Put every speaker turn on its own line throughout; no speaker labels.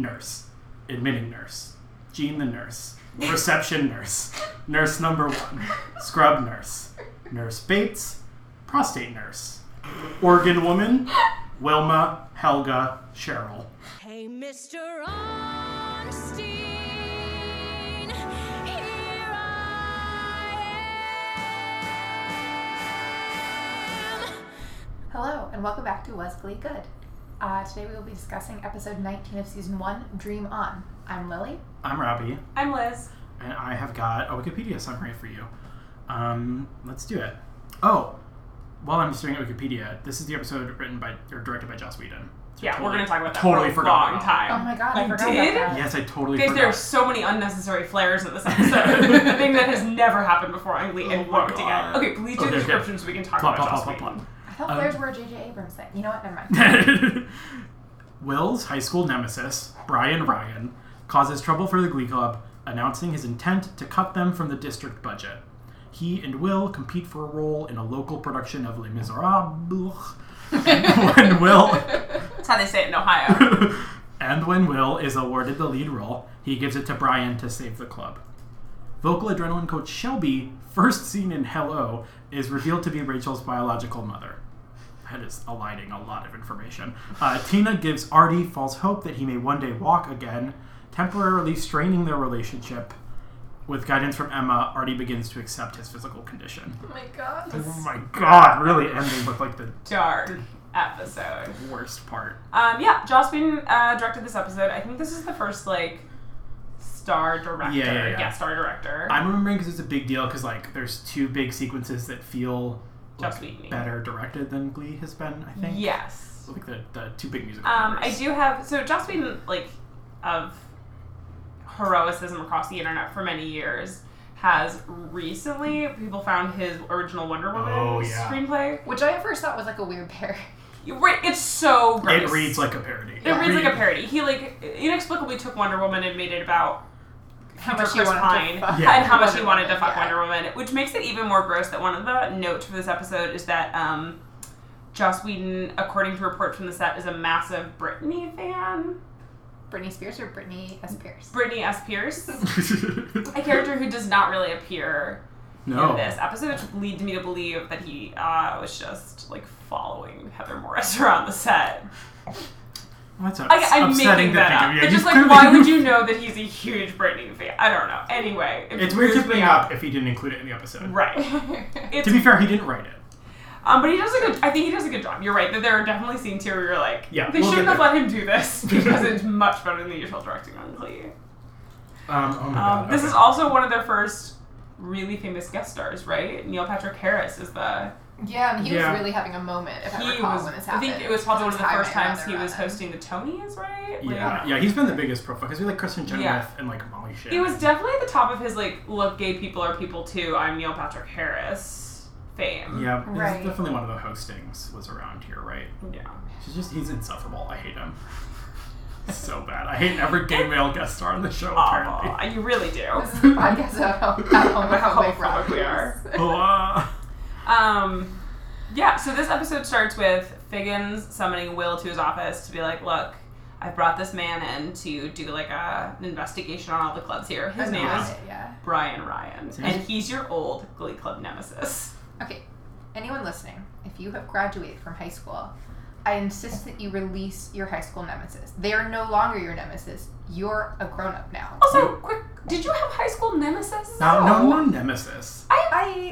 nurse, admitting nurse, Jean the nurse, reception nurse, nurse number one, scrub nurse, nurse Bates, prostate nurse, organ woman, Wilma, Helga, Cheryl.
Hey, Mr. Arnstein, here I am.
Hello, and welcome back to Was Glee Good? Uh, today we will be discussing episode 19 of season 1, Dream On. I'm Lily.
I'm Robbie,
I'm Liz.
and I have got a Wikipedia summary for you. Um, let's do it. Oh, while I'm just doing Wikipedia, this is the episode written by or directed by Joss Whedon.
Yeah, we're gonna talk about that
totally
for a
forgot
long
about
time.
Oh my god, I,
I
forgot
did?
about that.
Yes, I totally
Guys, there are
forgot.
so many unnecessary flares in this episode. the thing that has never happened before on Glee and
Oh my
won't again.
God.
Okay, please do
Okay, okay.
the description so we can talk
Plop,
about
plop,
Joss
plop, plop,
Whedon.
I thought
Um,
flares were a J.J. Abrams thing. You know what? Never mind.
Will's high school nemesis, Brian Ryan, causes trouble for the Glee Club, announcing his intent to cut them from the district budget. He and Will compete for a role in a local production of Les Miserables. when Will
That's how they say it in Ohio.
and when Will is awarded the lead role, he gives it to Brian to save the club. Vocal adrenaline coach Shelby, first seen in Hello, is revealed to be Rachel's biological mother. That is aligning a lot of information. Uh, Tina gives Artie false hope that he may one day walk again, temporarily straining their relationship. With guidance from Emma, Artie begins to accept his physical condition.
oh my god.
Oh my god, really ending with like the
Dark episode.
worst part.
Um, yeah, Joss Whedon uh, directed this episode. I think this is the first like star director,
Yeah, yeah, yeah.
guest star director.
I'm remembering because it's a big deal because like there's two big sequences that feel
Just
like,
Whedon.
better directed than Glee has been. I think.
yes.
Like the, the two big musical.
Um, I
numbers.
do have so Joss Whedon, like of heroicism across the internet for many years, has recently people found his original Wonder Woman
Oh, yeah.
screenplay.
Which I at first thought was like a weird pair.
You- right, It's so gross.
It reads like a parody.
it reads like a parody. He like inexplicably took Wonder Woman and made it about
How
future
much he
Chris
wanted
Pine
to fuck.
Yeah.
and how much he
Wonder
wanted to
Woman,
fuck
yeah.
Wonder Woman, which makes it even more gross that one of the notes for this episode is that um, Joss Whedon, according to reports from the set, is a massive Britney fan.
Britney Spears or Britney
Mm.
S. Pierce?
Britney S. Pierce,
parody.
a character who does not really appear
no.
in this episode, which would lead me to believe that he uh, was just like following Heather Morris around the set.
That's
I, I'm
upsetting
making
to
that
think
up.
of. Yeah,
but
you
just like,
clearly-
why would you know that he's a huge Britney fan? I don't know. Anyway, it
It's weird to
weirds me
bring
out.
up if he didn't include it in the episode.
Right. It's,
To be fair, he didn't write it.
um, but he does a good. I think he does a good job. You're right that there are definitely scenes here where you're like,
Yeah,
they
we'll
shouldn't
get
have let him do this because it's much better than the usual directing on Glee.
Um, oh my god.
Um, this is also one of their first really famous guest stars, right? Neil Patrick Harris is the
Yeah, and he
Yeah.
was really having a moment, if I
he
recall,
was.
when this
I
happened.
think it was probably one of the
Time
first
I
times he
rather
was
rather.
hosting the Tonys, right? Like,
Yeah, yeah, he's been the biggest profile because we like Kristen Chenoweth
Yeah.
and like Molly Shannon.
He was definitely at the top of his like look gay people are people too. I'm Neil Patrick Harris fame.
Yeah, this is
Right.
definitely one of the hostings was around here, right?
Yeah.
He's just he's insufferable. I hate him. so bad. I hate every gay male guest star on the show, apparently.
Aw, you really do.
This is the podcast about how, about how,
About
how
how
big Rob
homophobic we
is.
are.
Oh, ah.
Um, yeah, so this episode starts with Figgins summoning Will to his office to be like, look, I brought this man in to do like a, an investigation on all the clubs here. His
I
name
know
is
it, yeah.
Brian Ryan,
His name
and
is-
he's your old Glee Club nemesis.
Okay, anyone listening, if you have graduated from high school, I insist that you release your high school nemesis. They are no longer your nemesis. You're a grown up now.
Also, quick, did you have high school nemesis?
no, no, no nemesis.
I-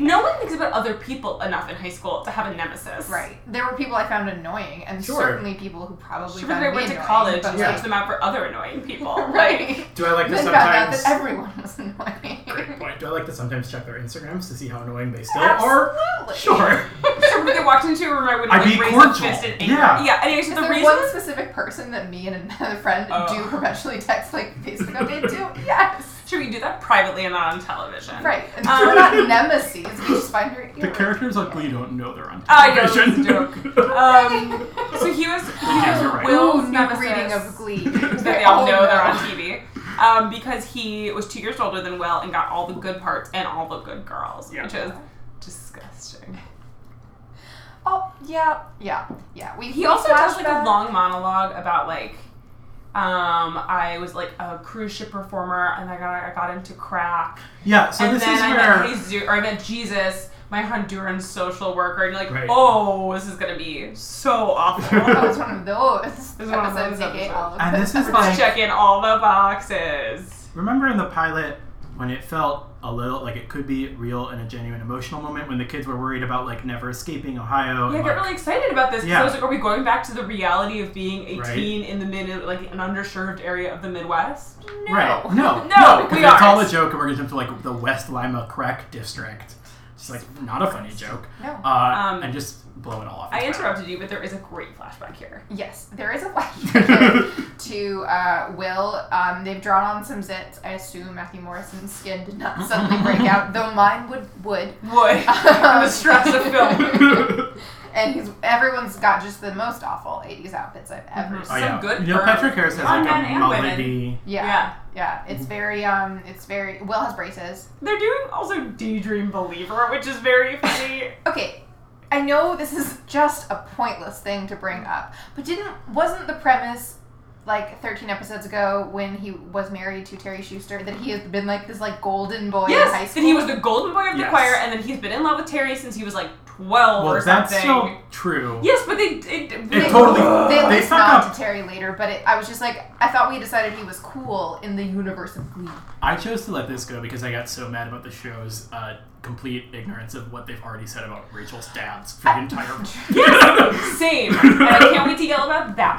no one thinks about other people enough in high school to have a nemesis.
Right. There were people I found annoying, and
Sure.
certainly people who probably
She was
found
like,
me
went to
annoying,
college
but
and
like-
searched them out for other annoying people. Like,
right.
Do I like to
Then found out
sometimes?
that everyone was annoying.
Great point. Do I like to sometimes check their Instagrams to see how annoying they still are?
Absolutely.
Sure.
somebody I walked into a room, I would
I'd
like
be
raise
cordial.
a fist in anger.
Yeah.
yeah anyway,
Is
so the
there
reason
one specific person that me and another friend
Oh.
do perpetually text like Facebook update to? Yes.
Should we do that privately and not on television?
Right. And
Um,
we're not nemesis. We just find her.
The characters on Glee don't know they're on
I know,
television.
this is Um, so he was, he
Yes,
was
you're right.
Ooh, Oh,
Will's
new
nemesis.
reading of Glee.
that they all know they're on TV. Um, because he was two years older than Will and got all the good parts and all the good girls,
Yeah.
which is disgusting.
Oh yeah, yeah, yeah. We
He also does like a
flashback.
long monologue about like Um, I was like a cruise ship performer, and I got I got into crack.
Yeah, so
and
this
then
is
I
where
met Jesus, or I met Jesus, my Honduran social worker, and you're like,
Right.
oh, this is gonna be so awful.
Oh,
Let's
it's one of those.
It's one of
episodes
those
they get all of
And this
those.
is like-
check in all the boxes.
Remember in the pilot when it felt a little like it could be real and a genuine emotional moment when the kids were worried about like never escaping Ohio. and,
Yeah, I got
like-
really excited about this because
Yeah.
I was like, are we going back to the reality of being a
Right.
teen in the mid, like an underserved area of the Midwest?
Right. No.
No,
Because
we
it's all a
aren't.
joke and we're gonna jump to like the West Lima crack district. It's like not a funny joke.
No.
Uh,
Um,
and just blow it all off.
I
It's fine.
interrupted you, but there is a great flashback here.
Yes, there is a way to uh, Will. Um, they've drawn on some zits. I assume Matthew Morrison's skin did not suddenly break out, though mine would would.
Wood, from the stress of film.
Oh,
And he's everyone's got just the most awful '80s outfits I've ever
Mhm.
Oh,
seen.
yeah.
Some good
You know,
burn
Patrick Harris has
on men
like a
and women.
mullety.
Yeah, yeah,
Yeah.
It's very um, it's very. Will has braces.
They're doing also Daydream Believer, which is very funny.
Okay, I know this is just a pointless thing to bring up, but didn't wasn't the premise like 13 episodes ago when he was married to Terry Schuster that he has been like this like golden boy in high
yes,
school?
and he was the golden boy of the
Yes.
choir, and then he's been in love with Terry since he was like 12 or
Well,
something.
that's still true.
Yes, but they it,
It totally- Uh,
They,
They
they
fuck
nod
up.
to Terry later, but it, I was just like, I thought we decided he was cool in the universe of Glee.
I chose to let this go because I got so mad about the show's uh, complete ignorance of what they've already said about Rachel's dads for the entire.
Yes, same. And I can't wait to yell about that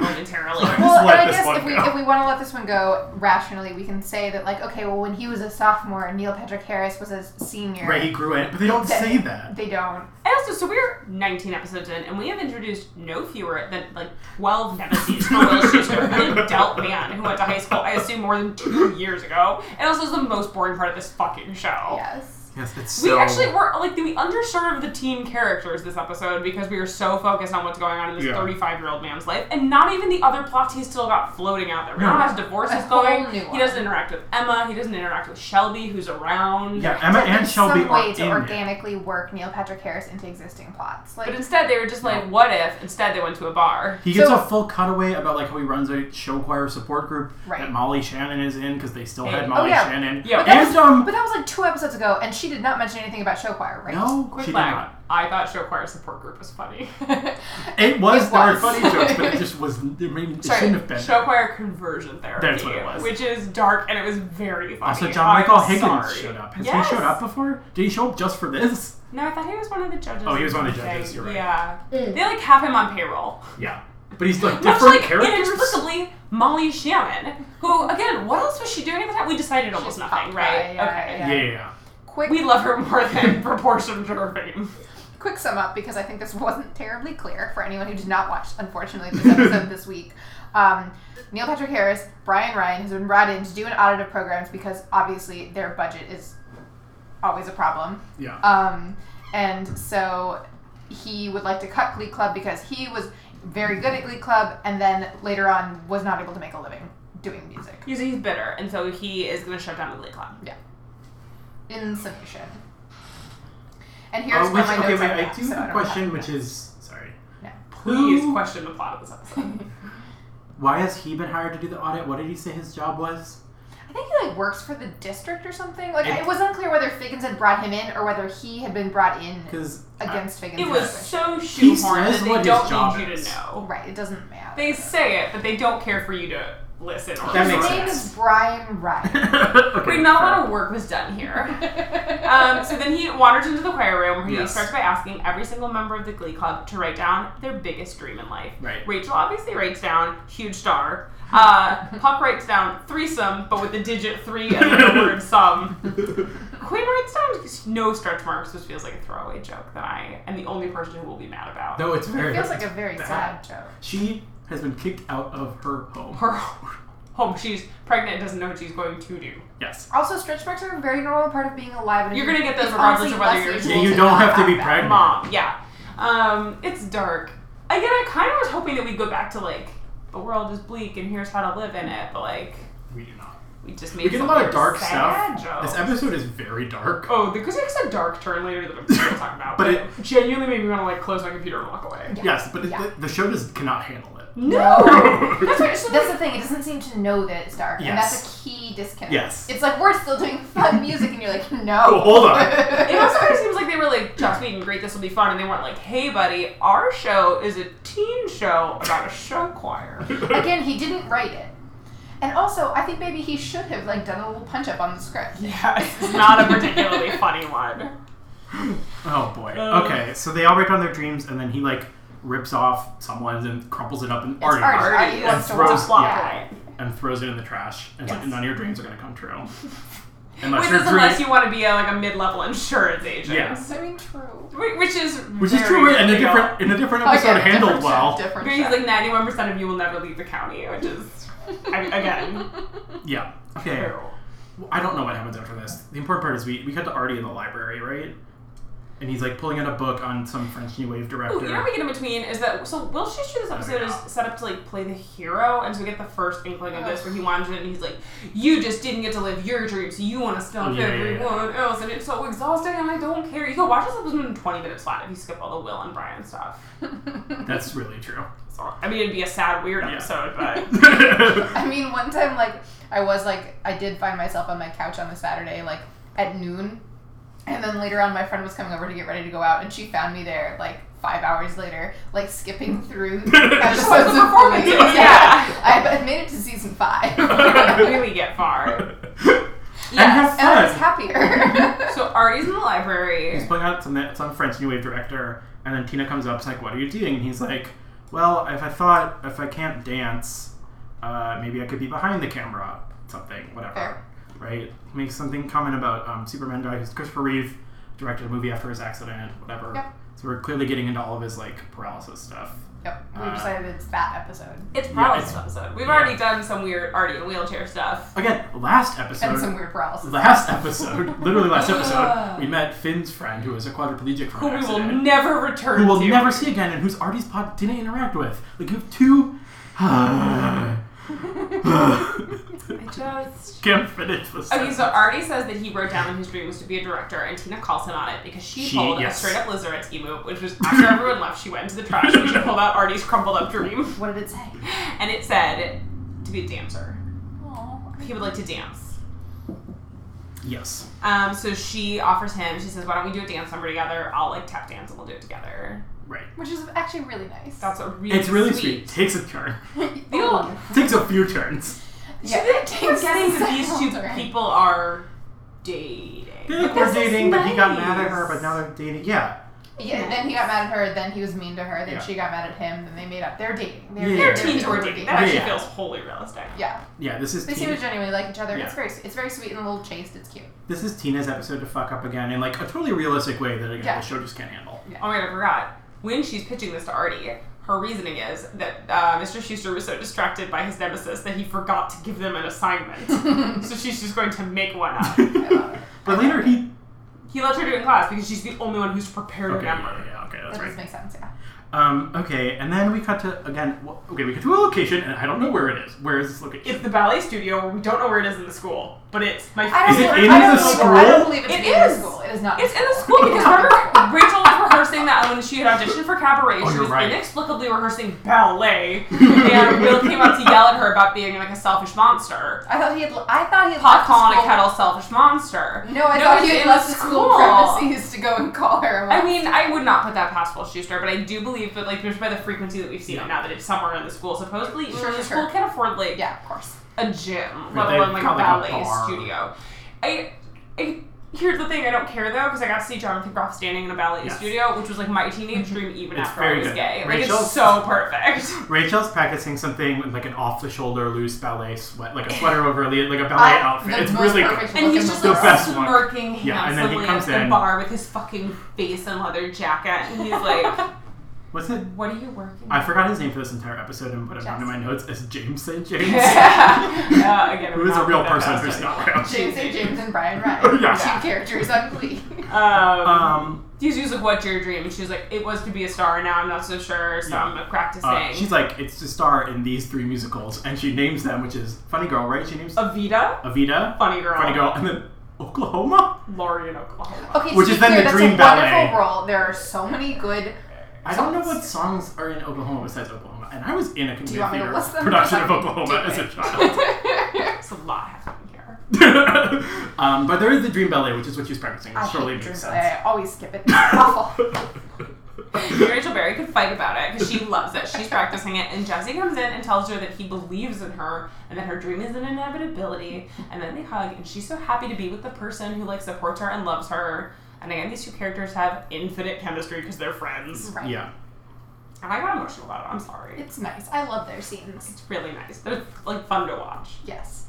momentarily.
Just
Well,
let
and I
this
guess
one
if we
go.
if we want to let this one go rationally, we can say that like, okay, well, when he was a sophomore, Neil Patrick Harris was a senior.
Right, he grew in, but they don't
That-
say that.
They don't.
And also, so we're 19 episodes in, and we have introduced no fewer than like 12 nemesis for Will Schuster, an adult man who went to high school, I assume, more than two years ago. And also, is the most boring part of this fucking
Oh.
show.
Yes.
Yes, it's so.
We actually were like we underserved the teen characters this episode because we were so focused on what's going on in this
Yeah.
35 year old man's life, and not even the other plots he's still got floating out there. We
No.
don't have divorces
A whole
going.
new
He
one.
doesn't interact with Emma. He doesn't interact with Shelby, who's around.
Yeah, Emma and
There's
Shelby
some
are
way
in
to
it.
organically work Neil Patrick Harris into existing plots. Like,
But instead, they were just like, "What if?" Instead, they went to a bar.
He gets
So-
a full cutaway about like how he runs a show choir support group
Right.
that Molly Shannon is in because they still
Hey.
had
Oh,
Molly
yeah.
Shannon.
Yeah.
but, that
and
was,
um,
but that was like two episodes ago, and she did not mention anything about show choir, right?
no,
Quick
she did
flag.
not.
I thought show choir support group was funny.
It was,
It
there were
was.
funny jokes, but it just was. It, made, it
Sorry,
shouldn't have been.
show choir conversion therapy.
That's what it was.
Which is dark and it was very funny.
also, Uh, John Michael
I'm
Higgins
sorry.
showed up. Has
Yes.
he showed up before? Did he show up just for this?
No, I thought he was one of the judges.
Oh, he
or
was one of the
something.
judges, you're right.
Yeah, they like have him on payroll.
Yeah, but he's like
Much
different
like
characters.
inexplicably Molly Shannon, who again, what else was she doing at the time? We decided almost
She's
nothing,
Popeye,
right?
yeah,
okay.
yeah, yeah, yeah.
Quick,
We love her more than proportion to her fame.
quick sum up because I think this wasn't terribly clear for anyone who did not watch, unfortunately, this episode this week. Um, Neil Patrick Harris, Brian Ryan has been brought in to do an audit of programs because obviously their budget is always a problem.
yeah.
Um, and so he would like to cut Glee Club because he was very good at Glee Club and then later on was not able to make a living doing music.
He's, he's bitter, and so he is going to shut down the Glee Club.
In summation. And here's
Uh,
where
which,
my
okay,
notes
wait.
are
I
now,
do
so
have
don't
a question,
have-
which is sorry.
No.
Please
Who-
question the plot of this episode.
Why has he been hired to do the audit? What did he say his job was?
I think he like works for the district or something. Like
It-
it, was unclear whether Figgins had brought him in or whether he had been brought in
Because
against Figgins.
It
in
was
that way.
so shoehorned
says what
that they
his
don't
job
need you to
is.
know.
right. It doesn't matter.
They say it, but they don't care for you to listen. Or
That
His
makes
name
sense.
is Brian Ryan.
okay,
Wait, not a lot of work was done here. um, so then he wanders into the choir room where he
Yes.
starts by asking every single member of the Glee Club to write down their biggest dream in life.
Right.
Rachel obviously writes down huge star. Uh, Puck writes down threesome, but with the digit three and then the word sum. Quinn writes down no stretch marks, which feels like a throwaway joke that I am the only person who will be mad about.
No, it's very.
It feels like a very sad joke.
She has been kicked out of her home.
Her home, she's pregnant and doesn't know what she's going to do.
Yes.
Also, stretch marks are a very normal part of being alive. And
You're gonna get those
it's
regardless
honestly
of whether
less
you're-
usual
Yeah, you
to
don't
not
have to be
that.
pregnant.
mom. Yeah. Um, it's dark. Again, I kind of was hoping that we'd go back to like the world is bleak and here's how to live in it, but like
We do not.
We just made
We get a lot of dark
sad
stuff.
Jokes.
This episode is very dark.
Oh, because it takes a dark turn later that I'm going to talk about.
But
but
it-
it genuinely made me want to like close my computer and walk away.
Yes, but it-
Yeah.
the, the show just cannot handle it.
No.
That's right. So
That's the thing. It doesn't seem to know that it's dark, and
Yes.
that's a key disconnect.
Yes.
It's like we're still doing fun music, and you're like, no.
Oh, hold on.
it also kind of seems like they were like, Joss Whedon, great, this will be fun, and they weren't like, hey, buddy, our show is a teen show about a show choir.
Again, he didn't write it. And also, I think maybe he should have like done a little punch up on the script.
Yeah, it's not a particularly funny one.
Oh boy.
Um.
okay, so they all write down their dreams, and then he like rips off someone and crumples it up and
It's art.
art,
Art, he
Already,
wants
it's
to
a
throws-
watch.
plot
yeah.
point.
and throws it in the trash. And it's like,
Yes.
none of your dreams are gonna come true. Unless
Which
your
is unless
dream-
you want to be a, like a mid-level insurance agent.
Yeah.
I mean, true.
Whi- Which is
which is
very
true, and a
real.
different in a different episode
Again,
handled
different
well.
show, different
Because
show.
like ninety-one percent of you will never leave the county, which is I mean, again
Yeah. Okay.
true.
Well, I don't know what happens after this. The important part is we we cut to Artie in the library, right? And he's like pulling out a book on some French New Wave director.
Ooh, you know what we get in between is that so Will Schuster this episode is set up to like play the hero, and so we get the first inkling of this where he wants it, and he's like, "You just didn't get to live your dream, so you want to stop
Yeah, yeah, yeah.
everyone else, and it's so exhausting, and I don't care." You can watch this episode in twenty minutes flat if you skip all the Will and Brian stuff.
That's really true.
So, I mean, it'd be a sad, weird
Yeah.
episode, but
yeah.
I mean, one time, like, I was like, I did find myself on my couch on the Saturday, like, at noon. And then later on, my friend was coming over to get ready to go out, and she found me there, like, five hours later, like, skipping through episodes of
performance.
movies.
Yeah.
I had made it to season five.
we didn't really get far.
have
Yes.
And I was
fun.
happier.
So Artie's in the library.
He's pulling out some some French New Wave director, and then Tina comes up, is like, "What are you doing?" And he's like, "Well, if I thought if I can't dance, uh, maybe I could be behind the camera, something, whatever."
Fair.
Right? He makes something comment about um, Superman guy who's Christopher Reeve directed a movie after his accident, whatever.
Yep.
So we're clearly getting into all of his like paralysis stuff.
yep, we decided it's that episode.
It's
Yeah,
paralysis
it's-
episode. We've
yeah.
already done some weird Artie in wheelchair stuff.
Again, last episode.
And some weird paralysis.
Last episode, literally last episode, we met Finn's friend who is a quadriplegic from
Who
an
we will
accident.
never return
who we'll
to.
never see again and whose Artie's pod didn't interact with. Like you have two
I just
can't finish this.
Okay, so Artie says that he wrote down in his dream was to be a director, and Tina calls him on it because she,
She-
pulled
yes.
a straight up Lizaretski move, which was after everyone left, she went to the trash and she pulled out Artie's crumpled up dream,
What did it say?
and it said to be a dancer.
Aw.
He would like to dance.
yes.
Um, so she offers him. She says, "Why don't we do a dance number together? I'll like tap dance and we'll do it together."
Right.
Which is actually really nice.
That's a really
It's really sweet. Takes a turn.
Ew.
Takes a few turns.
Yeah,
She's
it takes
forgetting that these two
several
people are dating.
They like
This
were
is
dating, but he got
nice.
mad at her, but now they're dating. Yeah.
Yeah, then he got mad at her, then he was mean to her, then
Yeah.
she got mad at him, then they made up. They're dating. They're,
Yeah.
They're
They're
teens who are dating. That actually
Yeah.
feels wholly realistic.
Yeah.
Yeah, this is
They seem
Tina,
to genuinely like each other.
Yeah.
It's very it's very sweet and a little chaste. It's cute.
this is Tina's episode to fuck up again in like a totally realistic way that again
Yeah.
the show just can't handle.
Yeah.
Oh my god, I forgot. When she's pitching this to Artie, her reasoning is that uh, Mr. Schuster was so distracted by his nemesis that he forgot to give them an assignment. so she's just going to make one up.
But later he
He lets her do it in class because she's the only one who's prepared to
okay, yeah,
remember.
yeah, yeah, okay, that's
That
right.
does make sense, yeah.
Um, okay, and then we cut to again. Well, okay, we cut to a location, and I don't know where it is. Where is this location?
It's the ballet studio. We don't know where it is in the school, but it's my
I
Is
don't,
it
believe-
in
I don't
the
believe, I
school?
don't believe it's
It
in
is.
the school. It is not.
It's in the school because remember Rachel was rehearsing that when she had auditioned for cabaret.
Oh,
she
you're
was
right.
inexplicably rehearsing ballet, and Will came out to yell at her about being like a selfish monster.
I thought he had I thought he had
Pot
left the
calling a
school.
kettle, selfish monster.
No, I thought
it's
he had
in
left the school premises to go and call her.
I mean, I would not put that past Will Schuster, but I do believe that, like, just by the frequency that we've seen
Yeah.
it now, that it's somewhere in the school. Supposedly, even
Sure,
though the
sure.
school can't afford like
yeah, of course.
a gym,
But
let
they've
alone like a
got, like, a
ballet
bar.
studio. I, I here's the thing. I don't care though because I got to see Jonathan Groff standing in a ballet
Yes.
studio, which was like my teenage dream, even
It's
after I
very
was
good.
gay.
Rachel-
Like it's so perfect.
Rachel's practicing something with like an off-the-shoulder loose ballet sweat, like a sweater over a le- like a ballet
I-
outfit.
the
It's
most
really
perfect
good.
And
Look in
he's
the
just
The
like
best one.
smirking
Yeah, and then he
handsomely
comes
at
in.
the bar with his fucking face and leather jacket, and he's like,
What's it?
"What are you working?"
I forgot his name for this entire episode and put him down in my
Jackson.
notes as James St. James,
yeah, yeah, again,
who is a
not
real
that
person
fast.
who's not around.
James A. James and Brian
Yeah.
Ryan. Two characters on Glee.
Um,
Um,
He's just like, "What's your dream?" And she's like, "It was to be a star. Now I'm not so sure, so
Yeah.
I'm practicing."
Uh, she's like, it's to star in these three musicals, and she names them, which is Funny Girl, right? She names
Oh.
Avita,
Avita,
funny girl,
Funny Girl, and then Oklahoma.
Laurie in Oklahoma.
Okay,
Which
to
is
be
then
clear,
the
that's
dream
a wonderful
ballet.
role. There are so many good.
I don't know what songs are in Oklahoma besides Oklahoma, and I was in a
you
community
want me to
theater
list them?
production of
Because I
Oklahoma
do
as a
it.
child.
It's a lot happening here.
um, but there is the Dream Ballet, which is what she's practicing. Which
I
surely
hate
makes
dreams.
sense.
I always skip it. It's awful.
Rachel Berry could fight about it because she loves it. She's practicing it, and Jesse comes in and tells her that he believes in her and that her dream is an inevitability. And then they hug, and she's so happy to be with the person who like supports her and loves her. And again, these two characters have infinite chemistry because they're friends.
Right.
yeah.
And I got emotional about it. I'm sorry.
It's nice. I love their scenes.
It's really nice. They're like fun to watch.
Yes.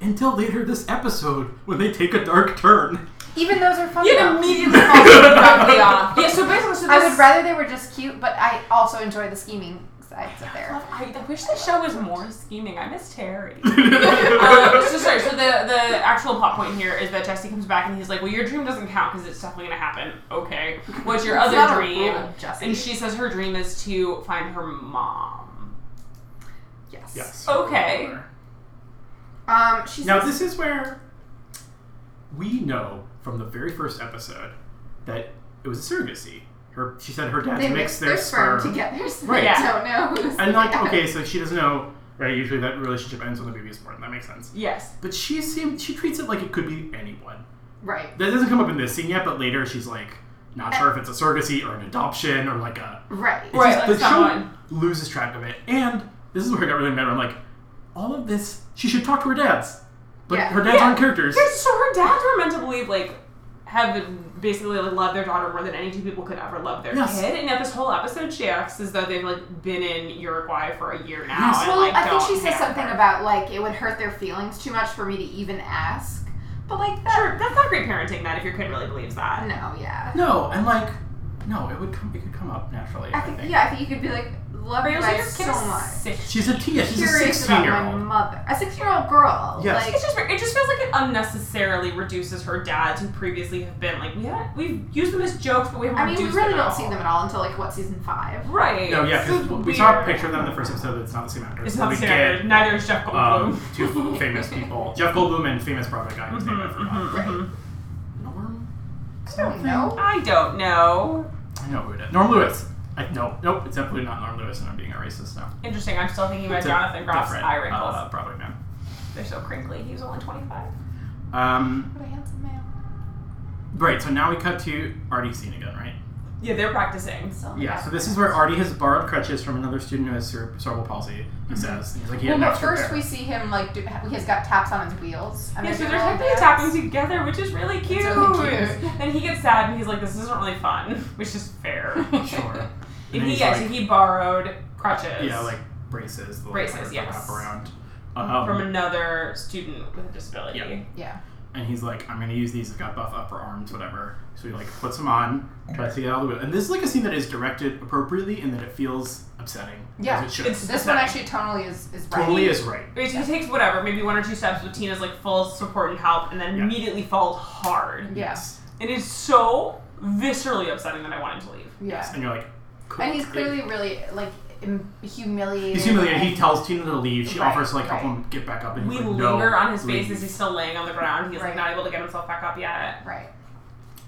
Until later this episode, when they take a dark turn.
Even those are fun.
It
though.
immediately falls me off. Yeah. So basically, so
I
this-
would rather they were just cute, but I also enjoy the scheming sides of their.
I, I wish the show was more scheming. I miss Terry.
Uh,
um, so sorry. So the the actual plot point here is that Jesse comes back and he's like, "Well, your dream doesn't count because it's definitely gonna happen." Okay, what's your
not a
other dream?
rule, Jesse.
And she says her dream is to find her mom.
Yes.
Yes.
Okay.
Um, she's
Now this is where we know from the very first episode that it was a surrogacy. Her, she said her dad's
they
mixed
mix their sperm, together, so
Right.
they
Yeah.
don't know who's.
And like,
the dad.
okay, so she doesn't know, right? Usually that relationship ends when the baby is born. That makes sense.
Yes.
But she seems she treats it like it could be anyone.
right,
That doesn't come up in this scene yet, but later she's like, not sure if it's a surrogacy or an adoption or like a.
right.
It's
Right, like
the show
someone-
loses track of it, and this is where I got really mad. where I'm like, all of this, she should talk to her dads, but
Yeah.
her dads
Yeah.
aren't characters.
Here's- So her dads were meant to believe like have basically like loved their daughter more than any two people could ever love their
Yes.
kid. And yet this whole episode she acts as though they've like been in Uruguay for a year now.
Yes.
And,
Well,
like,
I think
don't
she says
care.
something about like it would hurt their feelings too much for me to even ask. But like that,
Sure, that's not great parenting that if your kid really believes that.
no, yeah.
No, and like, no, it would come. It could come up naturally. I,
I think yeah, I think you could be like love
But
you
you're like, your
guys
kid
so
is
much.
six.
She's a tia. She's a
Curious
sixteen
about
year
my
old.
mother, a six-year-old girl.
Yes.
Like,
It's just it just feels like it unnecessarily reduces her dads who previously have been like we haven't we've used them as jokes but we haven't
I mean, we
reduced
really
them at
don't see
all.
them at all until like what season five.
Right.
No, yeah,
So
because we saw a
weird.
picture of them in the first episode, but it's not the same actors.
It's not
We
the same.
get,
actor. Neither is Jeff Goldblum.
um, two famous people, Jeff Goldblum and famous Broadway
Mm-hmm,
guy whose name I forgot.
Right.
Norm.
I don't
Mm-hmm.
know.
I don't know.
I know who it is. Norm Lewis. I, no, nope. It's definitely not Norm Lewis, and I'm being a racist now.
Interesting. I'm still thinking about
It's a
Jonathan Groff's
different,
eye wrinkles.
Uh, Broadway man.
They're so crinkly. He was only 25.
Um,
What a handsome man.
right. So now we cut to Artie's scene again, right?
Yeah, they're practicing.
So
Yeah. So this is where Artie has borrowed crutches from another student who has cere- cerebral palsy. He
Mm-hmm.
says, and he's like, he had
Well,
an
but
extra
first
pair.
we see him like do, he's got taps on his wheels. I'm
Yeah,
gonna
so
do
they're
all
technically
this.
tapping together, which is really cute.
really cute.
And he gets sad and he's like, this isn't really fun, which is fair.
Sure. And then
And he,
he's
yeah,
like-
so he borrowed crutches.
yeah, like braces. The
Braces,
Like,
yes.
Wrap around. Um,
From another student with a disability.
Yeah.
Yeah.
and he's like, I'm gonna use these. I've got buff upper arms, whatever. So he like puts them on, tries to get out of the way. And this is like a scene that is directed appropriately in that it feels upsetting.
Yeah,
as it should.
it's-
This one actually tonally is is right.
totally is right.
Right, so he takes whatever, maybe one or two steps with Tina's like full support and help, and then
Yeah.
immediately falls hard.
Yeah.
Yes.
It is so viscerally upsetting that I wanted to leave.
Yeah.
And you're like, cool.
And he's
It-
clearly really like im- humiliated.
He's humiliated. He tells Tina to leave. She
Right,
offers to like help
right.
him get back up, and
We
he's like,
linger
no,
on his face
leave.
as he's still laying on the ground. He's
Right.
like not able to get himself back up yet.
right.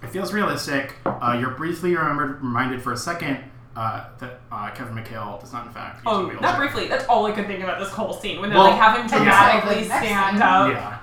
It feels realistic. Uh, you're briefly remembered, reminded for a second uh, that uh, Kevin McHale does not, in fact, use a
Oh,
wheelchair.
not briefly. That's all I could think about this whole scene when they're
Well,
like having
yeah.
dramatically
That's like
stand
the
up.
Yeah,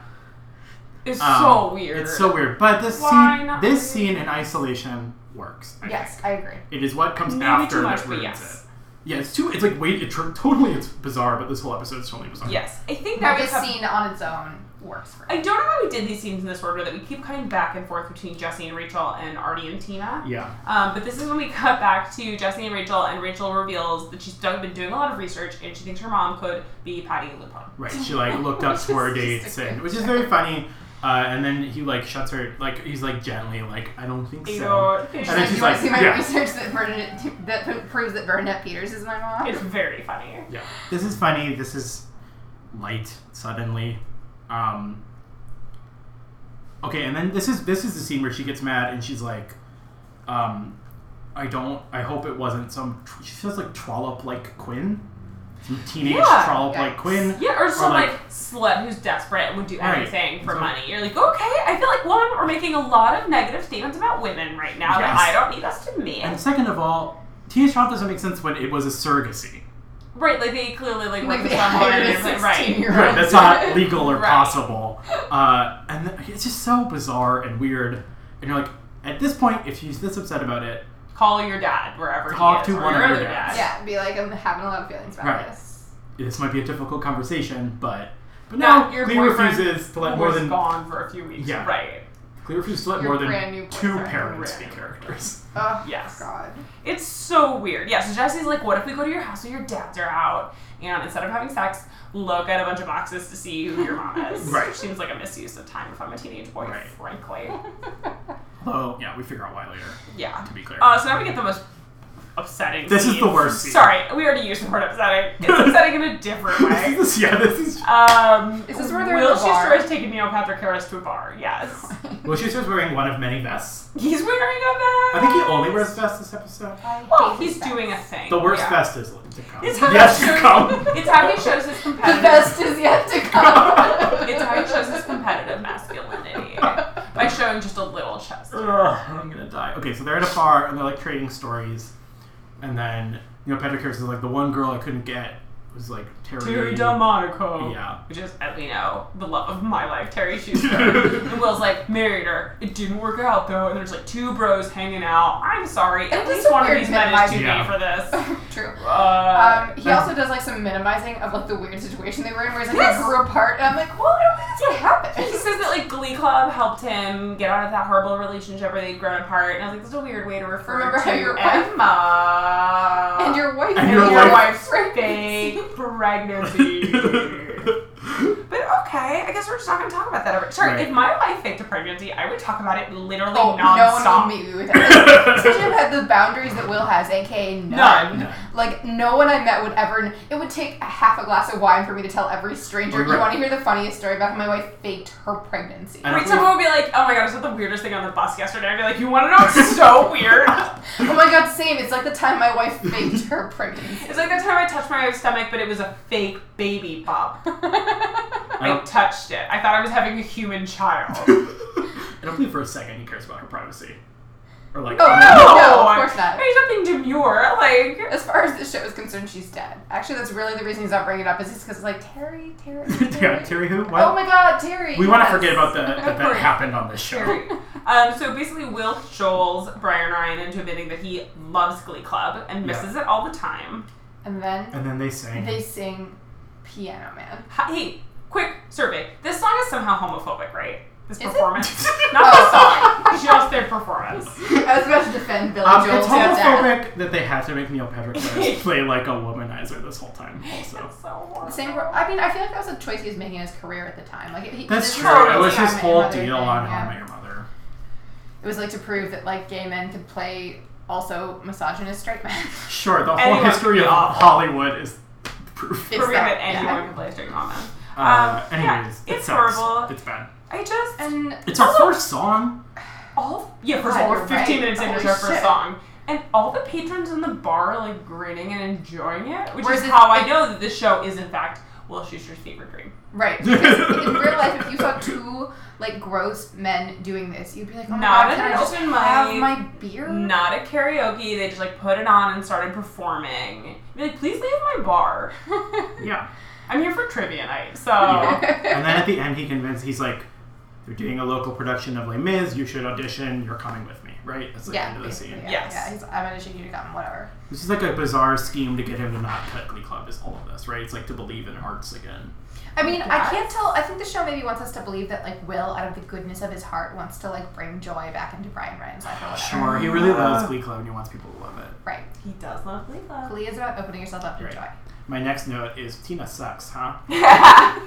It's
Um,
so weird.
it's so weird. But this
Why
scene,
not
this
really?
scene in isolation works. I
Yes,
think.
I agree.
it is what comes
Maybe
after
too much,
that
but
ruins
yes.
it. Yeah, it's too. It's like wait, it tr- totally. It's bizarre, but this whole episode is totally bizarre.
Yes, I think that
Now
was.
this
Scene-
scene on its own works for
I
me.
don't know how we did these scenes in this order. That we keep cutting back and forth between Jesse and Rachel and Artie and Tina.
Yeah.
Um, but this is when we cut back to Jesse and Rachel, and Rachel reveals that she's done, been doing a lot of research, and she thinks her mom could be Patty Lupin.
Right. She like looked up score dates and which is very funny. Uh, and then he like shuts her like he's like gently like I don't think
You
so.
know,
And
She's
then
like,
she's
you want
like,
to see my
yeah.
research that Bernadette, that pro- proves that Bernadette Peters is my mom?
it's very funny.
Yeah. This is funny. This is light suddenly. Um, okay, and then this is this is the scene where she gets mad and she's like, Um, I don't. I hope it wasn't some. She feels like trollop like Quinn, some teenage
Yeah.
trollop like
Yikes.
Quinn.
Yeah, or some
like-
like, slut who's desperate and would do
Right.
anything for
So-
money. You're like, okay, I feel like one, we're making a lot of negative statements about women right now that
Yes.
I don't need us to make.
And second of all, teenage trollop doesn't make sense when it was a surrogacy.
right, like they clearly
Like
like, work
they
with someone
hired
and
a
it's like, right.
sixteen year
Right,
old.
that's not legal or
Right.
possible. Uh, and th- it's just so bizarre and weird. And you're like, at this point, if she's this upset about it,
Call your dad wherever
Talk
he is,
to
or
one of
your
your
other
dads.
dad.
Yeah, be like I'm having a lot of feelings about
Right.
this.
this might be a difficult conversation, but but
Not
no,
your
Glee
boyfriend
refuses to let
Who
more
was
than
gone for a few weeks.
Yeah.
Right.
Glee refuses to let
Your
more than
brand new
two
boyfriend.
parents be
Brand new
characters.
Oh
Yes.
God.
It's so weird. Yeah, so Jesse's like, what if we go to your house and your dads are out and instead of having sex, look at a bunch of boxes to see who your mom is?
Right.
Which seems like a misuse of time if I'm a teenage boy,
Right.
frankly.
Although, yeah, we figure out why later.
Yeah.
To be clear.
Uh, so now we get the most upsetting.
This is the
scenes.
worst scene.
Sorry, we already used the word upsetting. It's upsetting in a different
This
way.
is- yeah, this is.
Um,
Is this where they're in
Will
the bar?
Schuster has taken Neil Patrick Harris to a bar. Yes,
Well, she's just wearing one of many vests.
he's wearing a vest.
I think he only wears vests this episode.
I
Well,
hate
he's
this
doing a
vest.
thing.
The worst
yeah.
vest is to come.
It's how
yes,
he
you
shows-
come.
It's how he shows his competitive.
The best is yet to come.
It's how he shows his competitive masculinity by showing just a little chest.
Ugh, I'm gonna die. Okay, so they're at a bar and they're like trading stories, and then you know Patrick Harris is like the one girl I couldn't get was like Terry.
To Delmonico.
Yeah.
Which is, as we know, the love of my life, Terry Schuster. and Will's like, married her. It didn't work out though. And there's like two bros hanging out. I'm sorry. At
It was
least
a
one of
weird
these men is too gay
minimizing-
for this.
True.
Uh,
Um, he also does like some minimizing of like the weird situation they were in, where he's like
Yes.
they grew apart. And I'm like, well, I don't think that's what
he
happened.
says that like Glee Club helped him get out of that horrible relationship where they'd grown apart, and I was like, "This is a weird way to refer
Remember
to
how your wife-
Emma
And your wife
And
and
your
your,
wife-
wife's fake pregnancy." But okay, I guess we're just not gonna talk about that ever. Sorry,
Right.
if my wife faked a pregnancy, I would talk about it literally
Oh, no one
nonstop.
will meet me with that. Such had the boundaries that Will has, aka none.
None.
None.
Like no one I met would ever. kn- It would take a half a glass of wine for me to tell every stranger.
Right.
You want to hear the funniest story about how my wife faked her pregnancy?
I don't
Wait,
think-
someone would be like, "Oh my god, I saw the weirdest thing on the bus yesterday." I'd be like, "You want to know? It's so weird."
Oh my god, same. It's like the time my wife faked her pregnancy.
It's like the time I touched my stomach, but it was a fake baby pop.
Oh,
I
don't-
touched it. I thought I was having a human child.
I don't believe for a second he cares about her privacy, or like.
Oh,
I-
no. of course not.
There's nothing demure. Like,
As far as this show is concerned, she's dead. Actually, that's really the reason he's not bringing it up is just because like Terry, Terry,
yeah, Terry who? What?
Oh my god, Terry.
we want to
yes.
forget about that that, that
course.
happened on this show.
um, so basically, Will shoals Brian Ryan into admitting that he loves Glee Club and
Yeah.
misses it all the time.
And then
And then they sang.
they sing Piano Man.
Hi- Hey, quick survey. This song is somehow homophobic, right? This
it?
performance, not the song, just their performance.
I was about to defend Billy
um,
Joel
it's
to death.
homophobic that they had to make Neil Patrick Harris play like a womanizer this whole time. Also,
That's so horrible.
Same. pro- I mean, I feel like that was a choice he was making in his career at the time. Like he,
that's
this
true.
whole
It was
How I
his
Met Your
whole
Mother
deal
thing,
on
yeah.
How I Met Your Mother.
It was like to prove that like gay men could play also misogynist straight men.
Sure, the whole
Anyone
history of
could be awful.
Hollywood is proof.
It's
For real,
that,
that anyone
yeah.
can play straight mom. Um,
Uh, anyways,
yeah,
it
it's
sucks.
horrible.
It's bad.
I just
and
It's our first song.
all yeah. First of
God,
all, we're
you're
15
right.
minutes into
Holy
our first
shit.
song, and all the patrons in the bar are like grinning and enjoying it, which
Whereas
is
it-
how I know that this show is in fact Will Schuster's fever dream.
right because in real life, if you saw two like gross men doing this, you'd be like, oh my
Not
god,
an
can I just
open mic.
have my beer?
Not at karaoke. They just like put it on and started performing. Be like, please leave my bar.
Yeah.
I'm here for trivia night, so
and then at the end, he convinced he's like, "They're doing a local production of Les Mis. You should audition. You're coming with me, right?" That's like the
yeah,
end of the
basically,
scene.
yeah,
Yes.
yeah. He's, I'm gonna shake you to come, whatever.
This is like a bizarre scheme to get him to not cut Glee Club. Is all of this right? It's like to believe in arts again.
I mean, I
Yes.
can't tell. I think the show maybe wants us to believe that, like, Will, out of the goodness of his heart, wants to like bring joy back into Brian Ryan's life or whatever.
Sure, he really loves Glee Club and he wants people to love it.
Right.
he does love Lila.
Glee is about opening yourself up to
Right.
joy.
My next note is Tina sucks, huh?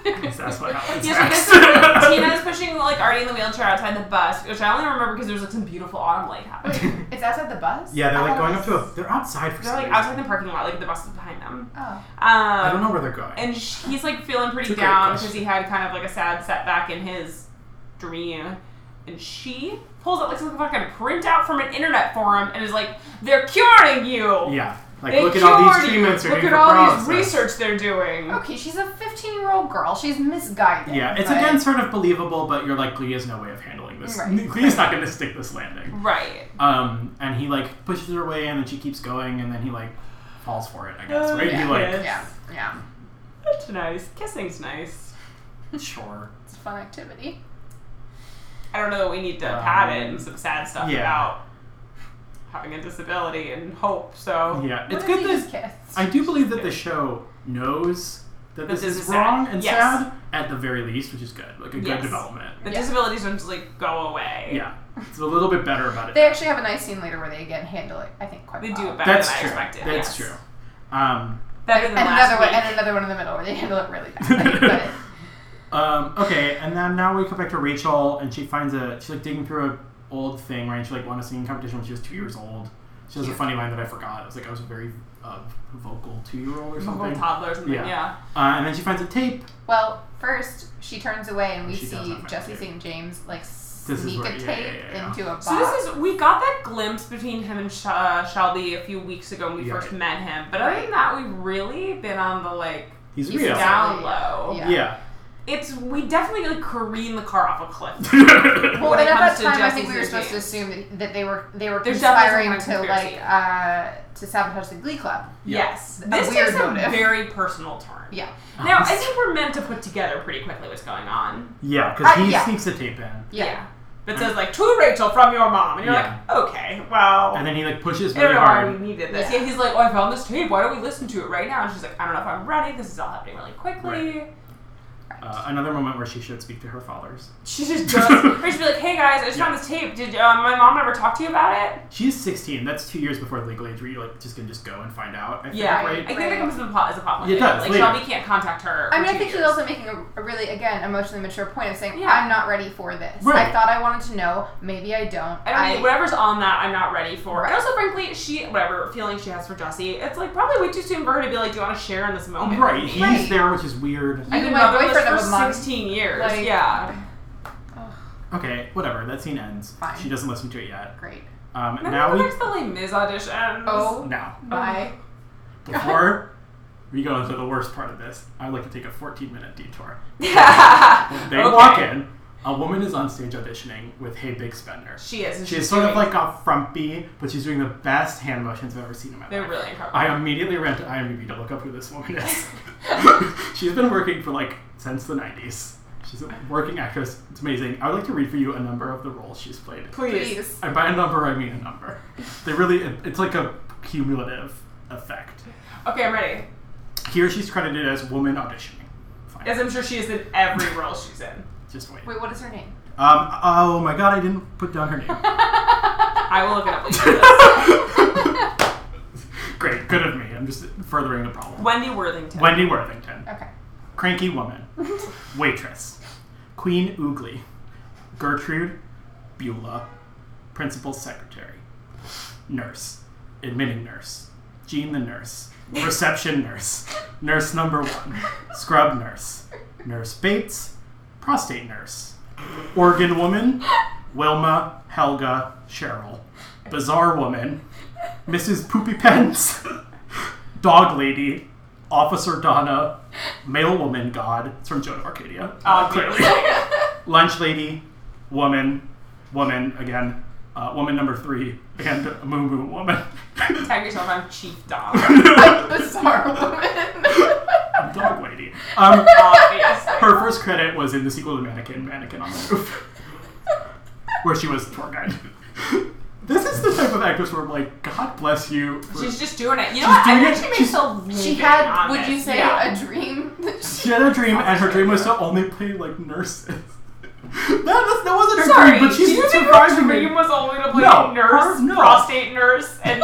Because that's what happens
Yes, like
next.
this, Tina is pushing like Artie in the wheelchair outside the bus, which I only remember because there was like some beautiful autumn light happening.
It's outside the bus.
yeah, they're
I
like
thought
going
it
up to
was-
a. They're outside for
They're
some
like
reason.
outside the parking lot, like the bus is behind them.
Oh.
Um,
I don't know where they're going.
And sh- he's like feeling
It's a
pretty
great
down
question.
because he had kind of like a sad setback in his dream. And she pulls out like some fucking printout from an internet forum and is like, "They're curing you.
Yeah. Like,
They
look at all these
cured you.
treatments.
Look
are
at all these research they're doing."
Okay, she's a 15 year old girl. She's misguided.
Yeah, it's
but-
again sort of believable, but you're like, Glee has no way of handling this.
Right.
Glee's not going to stick this landing.
Right.
Um, and he like pushes her away, and then she keeps going, and then he like falls for it. I guess
Oh,
right? He like
Yeah, yeah.
That's nice. Kissing's nice.
sure.
It's a fun activity.
I don't know that we need to
Um,
pat it and some sad stuff
yeah.
about having a disability and hope. So
Yeah, it's
What
good
if they
that
just kiss?
I do believe that the show knows that
That
this,
this
is
is
wrong
sad.
and
Yes.
sad at the very least, which is good. Like a
Yes.
good development.
the
Yeah.
disabilities don't just like go away.
Yeah, it's a little bit better about it.
They actually have a nice scene later where they again handle it. I think quite
They
well.
do it better
That's
than
true.
I expected.
That's
yes.
true. Um,
Better than
And
last
another one,
week.
and another one in the middle where they handle it really badly. but
um, okay, and then now we come back to Rachel, and she finds a she's like digging through a old thing, right? She like won a singing competition when she was two years old. She has a funny line that I forgot. It was like I was a very uh, vocal two year old or something.
Little toddlers and
Yeah.
yeah. yeah.
Uh, and then she finds a tape.
Well, first she turns away, and we
She does
see
have a
Jesse
tape.
St. James like
is
sneak
where-
a
yeah,
tape
yeah, yeah, yeah.
into a box.
So this is we got that glimpse between him and Sh- uh, Shelby a few weeks ago when we
Yeah.
first met him. But other than that, we've really been on the like
He's,
he's
real.
down low.
Yeah.
Yeah.
It's we definitely like careen the car off a cliff.
well,
when
and
it
at that
comes to
time, I
Jesse
think we were
St.
supposed to
James.
assume that, that they were they were
There's definitely
conspiring to
some kind of
like uh, to sabotage the Glee Club.
Yes.
A
This
weird
takes a
motive.
very personal turn.
Yeah,
Now, I think we're meant to put together pretty quickly what's going on.
Yeah, because
Uh,
he
yeah.
sneaks the tape in.
yeah.
That says, like, to Rachel from your mom. And you're
Yeah.
like, okay, well,
And then he like pushes
I
really
don't know why "Oh, we
hard.
needed this.
Yeah.
Yeah, he's like, oh, I found this tape. Why don't we listen to it right now? And she's like, I don't know if I'm ready. This is all happening really quickly.
Uh, another moment where she should speak to her fathers.
She just does. or she'd be like, hey guys, I just found this tape. Did uh, my mom ever talk to you about it?
She's 16. That's two years before the legal age. Where you like just can just go and find out. I think,
Yeah. I
Right?
think that comes as a pop- as a pop.
It does,
Like,
later.
Shelby can't contact her.
I
for
mean, I
two
think he's
years.
also making a, a really, again, emotionally mature point of saying,
Yeah.
"I'm not ready for this.
Right.
I thought I wanted to know. Maybe I don't.
I don't need whatever's on that. I'm not ready for.
Right.
And also, frankly, she whatever feeling she has for Jesse, it's like probably way too soon for her to be like, "Do you want to share in this moment?"
Right.
with
He's
me?"
Right.
there, which is weird.
I've
You
been
and my
motherless
boyfriend
for
of a month.
16 years.
Like-
yeah.
Okay, whatever. That scene ends.
Fine.
She doesn't listen to it yet.
Great.
Um,
Remember
now
the
we
next the Les Mis auditions?
Oh
now
my
before we go into the worst part of this, I'd like to take a 14 minute detour. They
Okay.
walk in. A woman is on stage auditioning with "Hey Big Spender."
She is. and
She's
she's
sort of
doing-
like a frumpy, but she's doing the best hand motions I've ever seen in my
They're
life.
really incredible.
I immediately ran to IMDb to look up who this woman is. She's been working for like since the 90s. She's a working actress. It's amazing. I would like to read for you a number of the roles she's played.
Please.
And by a number, I mean a number. They really, it- it's like a cumulative effect.
Okay, I'm ready.
Here she's credited as woman auditioning. Fine.
As I'm sure she is in every role she's in.
Just wait.
Wait, what is her name?
Um, oh my god, I didn't put down her name.
I will look it up later.
Great, good of me. I'm just furthering the problem.
Wendy Worthington.
Wendy Worthington.
Okay.
Cranky Woman, Waitress, Queen Oogly, Gertrude, Beulah, Principal Secretary, Nurse, Admitting Nurse, Jean the Nurse, Reception Nurse, Nurse Number One, Scrub Nurse, Nurse Bates, Prostate Nurse, Organ Woman, Wilma, Helga, Cheryl, Bizarre Woman, Mrs. Poopy Pence, Dog Lady, Officer Donna, Male Woman God. It's from Joan of Arcadia. Uh,
Oh,
clearly. Lunch Lady, Woman, Woman again, uh, Woman number three, and Moo Moo Woman.
Tag yourself. I'm Chief Dog.
Bizarre woman.
Dog Lady. Um,
Obviously.
her first credit was in the sequel to Mannequin, Mannequin on the Roof, where she was the tour guide. This is the type of actress where I'm like, God bless you. for-
She's just doing it. You know what? I
doing
think
it.
she makes
She's-
a living
she had,
on
would
this.
you say,
Yeah.
a dream? that she-
She had a dream, and her dream was to only play like nurses. that, that's, that wasn't her
Sorry,
dream, but
do
she's
you think her
surprising me.
dream was only to play
No,
nurse,
her- no.
prostate nurse, and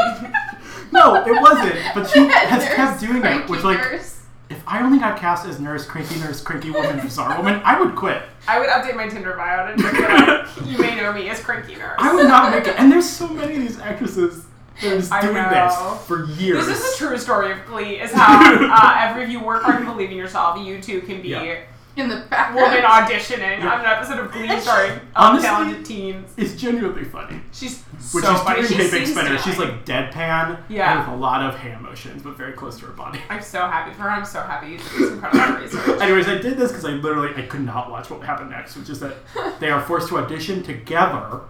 No, it wasn't. But she has
Nurse,
kept doing it,
cranky
which like,
nurse.
if I only got cast as nurse, cranky nurse, cranky woman, bizarre woman, I would quit.
I would update my Tinder bio to check it out. You may know me as cranky nurse.
I would not make it. And there's so many of these actresses that are just
I
doing
know.
this for years.
This is the true story of Glee. Is how uh, every of you work hard and believe in yourself, you too can be
Yeah.
in the background.
woman auditioning on an episode of Glee starring
Honestly-
untalented teens.
It's genuinely funny.
She's so
Which she's
funny.
doing
She
big, big
sings
spinner.
tonight.
She's like deadpan
Yeah.
and with a lot of hand motions, but very close to her body.
I'm so happy for her. I'm so happy you did this incredible research.
Anyways, I did this because I literally I could not watch what happened next, which is that they are forced to audition together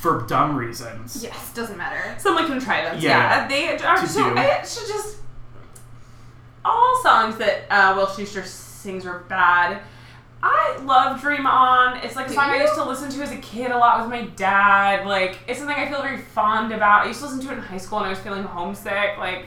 for dumb reasons.
Yes, doesn't matter.
Some like contrivance.
Yeah.
Yeah, they are
To
so.
do.
I should just all songs that uh, Will Schuster sings are bad. I love Dream On. It's like a
Do
song I
you?
used to listen to as a kid a lot with my dad. Like it's something I feel very fond about. I used to listen to it in high school and I was feeling homesick. Like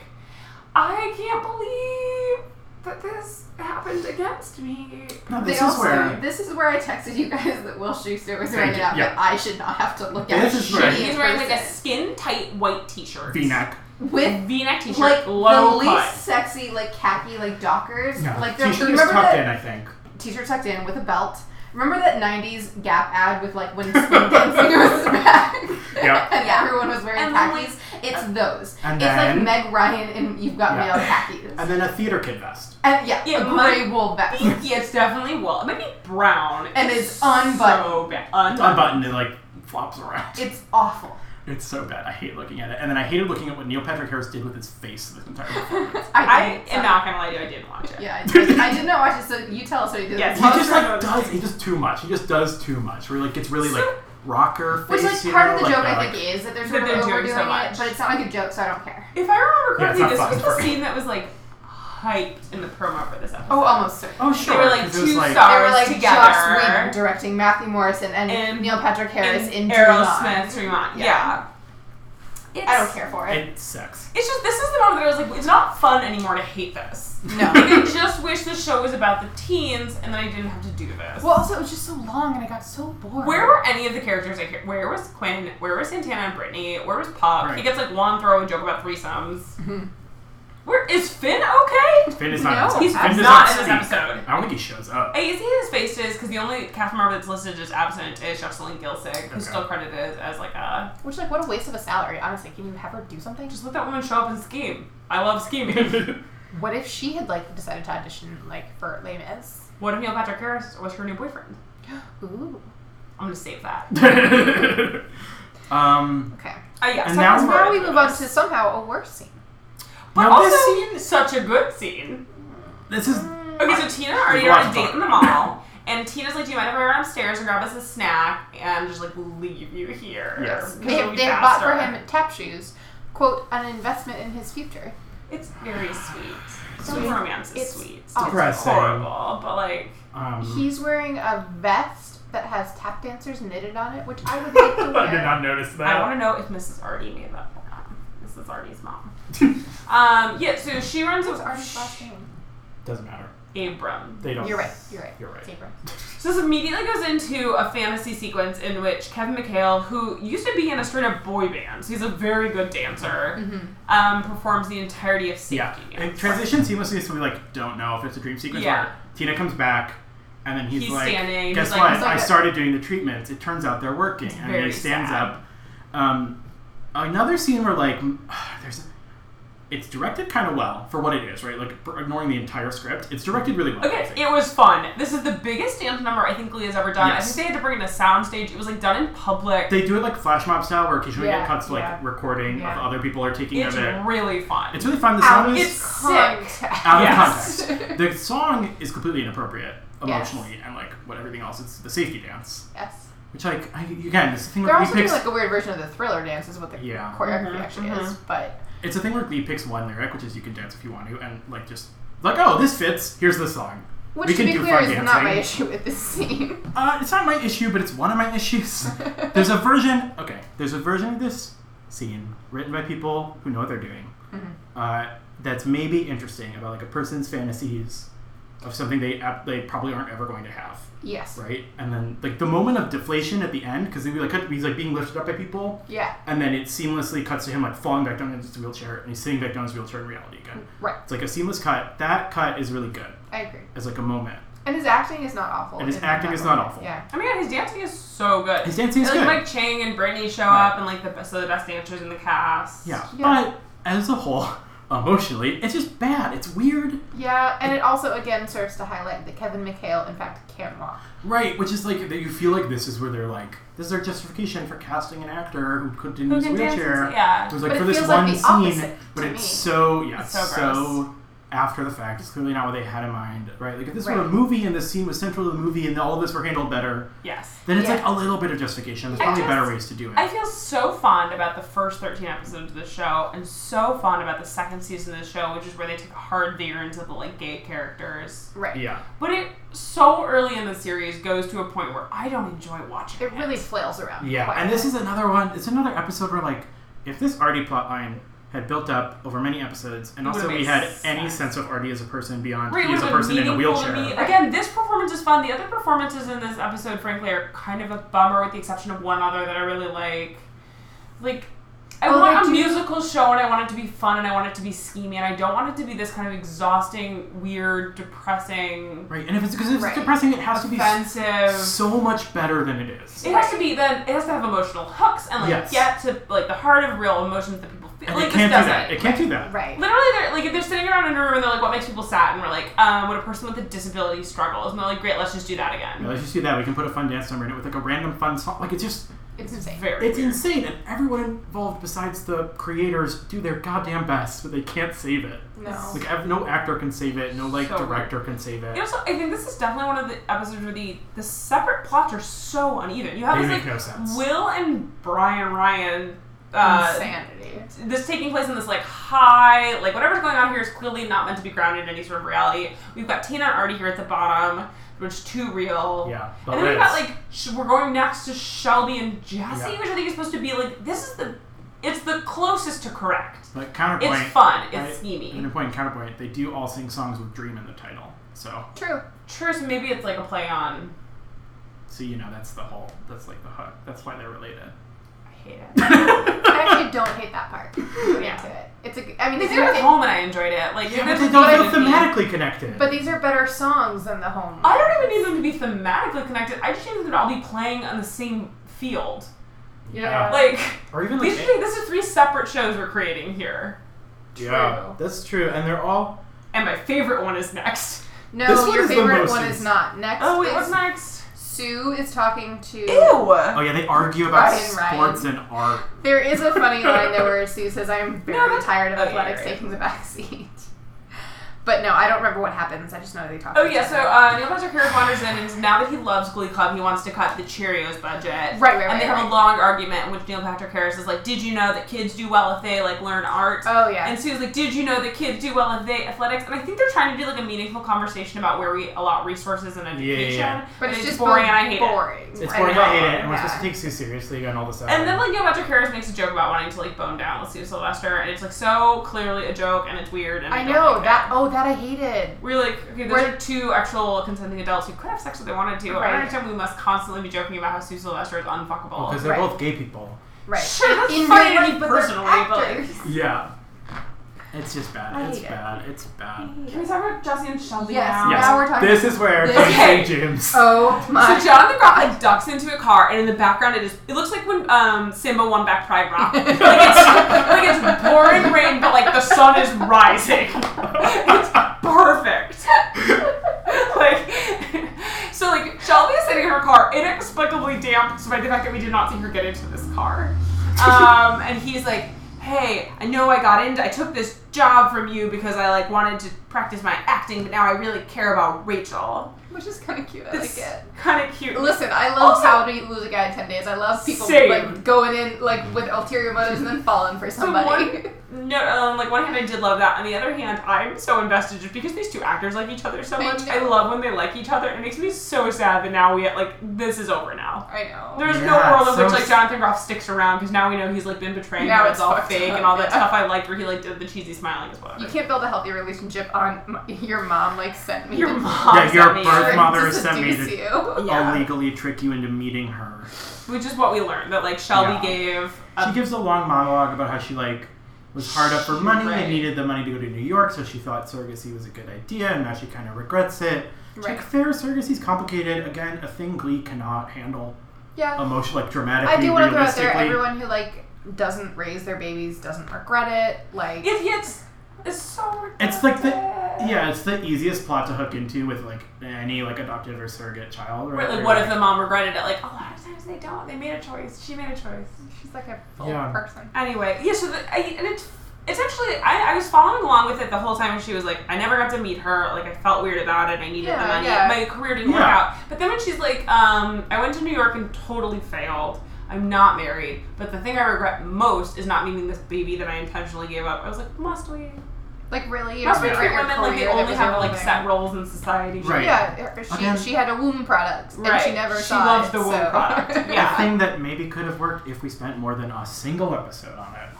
I can't believe that this happened against me.
Now,
They
this is
also,
where
this is where I texted you guys that Will Schuster was
Thank
wearing it
you,
out
yeah.
that I should not have to look at.
This is where-
He's
He's
wearing like a skin tight white t-shirt.
V-neck.
with
V-neck t-shirt,
like
low
the
cut.
least sexy like khaki like dockers.
Yeah.
Like they're-
T-shirt
you
is
remember
tucked
that
in, I think.
t-shirt tucked in with a belt. Remember that '90s Gap ad with like when spin dancing was back,
Yeah.
and everyone was wearing
And then, like, uh,
khakis. it's those.
And
it's
then-
like Meg Ryan and you've got
Yeah.
me on khakis.
And then a theater kid vest.
And yeah,
It
a
might
gray wool vest.
yeah, it's definitely wool. Maybe brown.
And it's unbuttoned.
So bad. Unbuttoned.
Unbuttoned and like flops around.
It's awful.
It's so bad. I hate looking at it. And then I hated looking at what Neil Patrick Harris did with his face this entire performance.
I
didn't-
am not gonna lie to you, I didn't watch it.
Yeah, I did, I did not watch it. So you tell us what you did.
Yes,
he
Well,
just
sure
like
about
does. He does too much. He just does too much. Where like it's really like
So-
rocker
Which
face.
like
you
part of
know, like,
the joke
uh,
I
like-
think is that there's
That
sort of
they're doing
overdoing
so
it,
much.
but it's not like a joke, so I don't care.
If I remember
Yeah, it's
correctly,
not
this
fun
was the
for-
scene that was like hyped in the promo for this episode.
Oh, almost certainly.
Oh sure.
were, like,
'cause it was,
two
like-
stars.
They were like
Together.
Joss Whedon directing Matthew Morrison and,
And-
Neil Patrick Harris in
and
Dream On.
Aerosmith, Dream On.
Yeah.
Yeah. It's,
I don't care for it.
It sucks.
It's just this is the moment that I was like, it's not fun anymore to hate this.
no.
Like, I just wish the show was about the teens, and then I didn't have to do this.
Well, also it was just so long and I got so bored.
Where were any of the characters? Like, here? where was Quinn? Where was Santana and Brittany? Where was Pop?
Right.
He gets like one throw a joke about threesomes.
Mm-hmm.
Where is Finn? Okay,
Finn is not.
No,
in this
he's
episode. Finn
not in
doesn't
this
speak.
episode.
I don't think he shows up.
I see his face is because the only cast member that's listed as absent is Jocelyn Gilsick, who's
Okay.
still credited as like a.
Which like what a waste of a salary, honestly. Can you have her do something? Just
Just let that woman show up and scheme. I love scheming.
what if she had like decided to audition like for Les Mis?
what if Neil Patrick Harris was her new boyfriend?
Ooh.
I'm gonna save that.
um,
Okay.
Uh, yeah,
And
so
now
that's
we're-
where
Now
I
we
put
move on
this.
to somehow a worse scene.
But
Now
also,
this
such a good scene.
this is
Okay, so Tina already
Go
on
on,
a date
talk.
in the mall, and Tina's like, "Do you mind if I run upstairs and grab us a snack and just like leave you here?"
Yes.
'Cause
They
it'll
have,
be
they have bought for
faster."
him tap shoes, quote, an investment in his future.
It's very sweet. Sweet
Sweet.
romance is
It's
sweet.
depressing.
horrible, but like,
Um,
He's wearing a vest that has tap dancers knitted on it, which I would like to
I did
wear.
not notice that.
I want to know if Mrs. Artie made that for him. Mrs. Artie's mom. um, yeah. So she runs
What's Oh, Artie's last
with
name?
Doesn't matter.
Abram.
They don't.
You're right. You're right.
You're right.
It's Abram.
So this immediately goes into a fantasy sequence in which Kevin McHale, who used to be in a straight up boy band, so he's a very good dancer, um, performs the entirety of Safety.
Yeah.
Dance.
It transitions seamlessly, so we like don't know if it's a dream sequence.
Yeah.
Where Tina comes back, and then he's,
He's
like,
standing,
"Guess
he's like-
what?
he's
like
I
a-
started doing the treatments. It turns out they're working." and then
very
he stands
sad.
up. Um, another scene where like there's. It's directed kind of well for what it is, right? Like for ignoring the entire script, it's directed really well. I
Okay,
think.
it was fun. This is the biggest dance number I think Glee has ever done. I
Yes.
think they had to bring in a soundstage. It was like done in public.
they do it like flash mob style, where occasionally it
Yeah,
cuts to like
yeah.
recording of
Yeah.
other people are taking
it's
of it.
really fun.
It's really fun. The
Out
song
of
is
It's
Context.
out
Yes.
of context. The song is completely inappropriate
Yes.
emotionally and like what everything else. It's the safety dance,
Yes.
which like I, again, it's a thing
They're
where Glee
also doing
picks.
like a weird version of the thriller dance, is what the
Yeah.
choreography
Mm-hmm,
actually is. But
it's a thing where Glee picks one lyric, which is "you can dance if you want to," and like just like oh this fits. Here's the song.
which,
we
to
can
be
do
clear,
fun
is
dancing.
not my issue with this scene.
Uh, it's not my issue, but it's one of my issues. there's a version. Okay, there's a version of this scene written by people who know what they're doing.
Mm-hmm.
Uh, that's maybe interesting about like a person's fantasies of something they ab- they probably aren't ever going to have.
yes.
right? And then like the moment of deflation at the end, because we like cut- he's like being lifted up by people,
Yeah.
and then it seamlessly cuts to him like falling back down into his wheelchair, and he's sitting back down in his wheelchair in reality again.
Right.
It's like a seamless cut. That cut is really good
I agree.
as like a moment.
And his acting is not awful.
And his
in
acting
that
is not
moment.
awful.
Yeah.
oh my god, his dancing is so good.
His dancing is
like
good.
Mike Chang and Brittany show
Right.
up and like the best of the best dancers in the cast.
yeah.
Yeah.
But as a whole, emotionally. It's just bad. It's weird.
Yeah, and it also again serves to highlight that Kevin McHale, in fact, can't walk.
Right, which is like that you feel like this is where they're like this is their justification for casting an actor who couldn't in
Who
his
can dance and-
wheelchair.
yeah.
It was like
But
for
it
this
feels like
one
the
scene,
opposite
but
to
it's
me.
so yeah,
It's
it's
so
so,
gross.
after the fact. It's clearly not what they had in mind, right? Like if this were a
Right.
movie and the scene was central to the movie and all of this were handled better,
Yes.
then it's
Yeah.
like a little bit of justification. There's
I
probably
just-
better ways to do it.
I feel so fond about the first 13 episodes of the show, and so fond about the second season of the show, which is where they took a hard veer into the like gay characters.
Right.
yeah,
But it so early in the series goes to a point where I don't enjoy watching
It really flails around.
yeah.
quite a
And this
bit.
is another one. It's another episode where like if this Artie plotline had built up over many episodes, and
It would've
also we
made
had
sense.
any sense of Artie as a person beyond
Right,
he is a person in a wheelchair.
Again, this performance is fun. The other performances in this episode, frankly, are kind of a bummer, with the exception of one other that I really like. Like, I
Oh, I
want a
do-
musical show, and I want it to be fun, and I want it to be scheming, and I don't want it to be this kind of exhausting, weird, depressing,
Right, and if it's because if
Right.
it's depressing, it has to be s-
offensive.
so much better than it is.
it has to be then. It has to have emotional hooks and like
Yes.
get to like the heart of real emotions that people feel.
and
like
it
this
can't do
doesn't.
that. It can't do that.
right.
Literally, they're like if they're sitting around in a room and they're like, "What makes people sad?" and we're like, um, "What a person with a disability struggles," and they're like, "Great, let's just do that
Yeah,
again."
let's just do that. We can put a fun dance number in it with like a random fun song. Like it's just
It's
It's
insane.
very
it's insane, and everyone involved besides the creators do their goddamn best, but they can't save it.
No.
Like ev- no actor can save it. No like
So weird.
director can save it.
And also, I think this is definitely one of the episodes where the the separate plots are so uneven. You have
They
this
make
like
no sense.
Will and Brian Ryan. Uh,
Insanity.
this taking place in this like high, like whatever's going on here is clearly not meant to be grounded in any sort of reality. We've got Tina and Artie here at the bottom, which is too real.
Yeah, but
And then we've got
Liz.
like sh- we're going next to Shelby and Jesse,
Yeah.
which I think is supposed to be like this is the it's the closest to correct.
Like, counterpoint.
It's fun. It's
right?
schemey.
And a point and counterpoint. They do all sing songs with "Dream" in the title. So
True.
True, so maybe it's like a play on.
so you know that's the whole. That's like the hook. That's why they're related.
I hate it.
I actually don't hate that part. I'm
Yeah.
into it. It's a. I mean,
They
these
did it
are
at home and I enjoyed it. Like
Yeah, but
they're
they
just
don't
good
feel
with me.
thematically connected.
but these are better songs than the home.
I don't even need them to be thematically connected. I just need them to all be playing on the same field.
Yeah.
Like
or even like
these are, this is three separate shows we're creating here,
Yeah,
True.
that's true. And they're all
and my favorite one is next.
No,
This one
your
is the
favorite
most
one
ins-
is not. Next
Oh wait,
is
what's next?
Sue is talking to.
Oh yeah, they argue about
Ryan, Ryan.
sports and art.
There is a funny line there where Sue says, "I'm very
that's-
tired of
oh, yeah,
athletics
right.
taking the back seat." But no, I don't remember what happens. I just know they talk.
Oh
to each
yeah, so
other.
uh, Neil Patrick Harris wanders in, and now that he loves Glee Club, he wants to cut the Cheerios budget.
right, right, right.
And they have
right.
a long argument in which Neil Patrick Harris is like, "Did you know that kids do well if they like learn art?"
Oh yeah.
And Sue's like, "Did you know that kids do well if they athletics?" And I think they're trying to do like a meaningful conversation about where we allot resources and
yeah,
education.
yeah.
but it's, just
boring, and I hate it.
boring.
It's
I
boring.
know.
I hate it. And we're
Yeah.
supposed to take Sue seriously and all this stuff.
And then like Neil Patrick Harris makes a joke about wanting to like bone down with Sue Sylvester, and it's like so clearly a joke, and it's weird. And
I
don't
know
like it.
that. Oh, that I hated.
We're like, okay, those
We're-
are two actual consenting adults who could have sex if they wanted to. I
Right.
don't understand. why We must constantly be joking about how Sue Sylvester is unfuckable.
because they're
Right.
both gay people.
Right.
Sure, that's
In
fine
real life, but they're
personally, but, like-
actors.
Yeah. It's just bad.
I
it's
hate it.
bad. It's bad.
Can we talk about Jesse and Shelby
Yes.
now?
Yes. Now we're talking
This is where
this-
James
Okay.
and James.
Oh my.
So Jonathan Groff like ducks into a car, and in the background it is it looks like when um, Simba won back Pride Rock. like, it's, like it's pouring rain, but like the sun is rising. It's perfect. like so, like Shelby is sitting in her car, inexplicably damp, despite the fact that we did not see her get into this car. Um, and he's like. Hey, I know I got into I took this job from you because I like wanted to practice my acting, but now I really care about Rachel.
Which is kind of cute. I
It's
like it.
kind of cute.
Listen, I love
Also-
how to lose a guy in ten days. I love people
Same.
like going in like with ulterior motives and then falling for
So
somebody.
one, no, um, like one hand I did love that. On the other hand, I'm so invested just because these two actors like each other so
I
much. I,
know.
love when they like each other. It makes me so sad that now we like this is over now.
I know.
There's
Yeah,
no world in
so
which like
s-
Jonathan Groff sticks around because now we know he's like been betraying
Now
her. It's,
it's
all
fucked
fake
up,
and all that
yeah.
stuff I liked where he like did the cheesy smiling as well.
You can't build a healthy relationship on m- your mom like sent me.
Your
to-
mom.
Yeah, your
sent me-
birth-
to
mother sent me
seduce
to-
you.
Yeah.
Illegally trick you into meeting her.
Which is what we learned that like Shelby
Yeah.
gave.
She
Um,
A,
gives a long monologue about how she like was hard up for money
Right.
and needed the money to go to New York, so she thought surrogacy was a good idea, and now she kind of regrets it. It's
Right.
Like fair surrogacy's complicated. Again, a thing Glee cannot handle.
Yeah.
Emotion like dramatically.
Oh. I do want to throw out there
realistically.
everyone who like doesn't raise their babies doesn't regret it. Like
if it's It's so retarded.
It's like the yeah, it's the easiest plot to hook into with like any like adoptive or surrogate child.
Right,
Right?
like, what if the mom regretted it? Like, a lot of times they don't. They made a choice. She made a choice.
She's like a full
Yeah.
person.
Anyway, yeah. So the, I, and it's it's actually I, I was following along with it the whole time. And she was like, I never got to meet her. Like, I felt weird about it. I needed
Yeah,
the money.
yeah.
My career didn't work
Yeah.
out. But then when she's like, um, I went to New York and totally failed. I'm not married. But the thing I regret most is not meeting this baby that I intentionally gave up. I was like, must we?
Like really,
Must we
regret
treat
your
women like they
career that
only
was
have
your
like
thing.
set roles in society?
Right.
Yeah, her- she,
Again-
she had a womb product and she
Right.
never
She
saw
loves
it,
the womb
so-
product.
A
Yeah.
thing that maybe could have worked if we spent more than a single episode on it.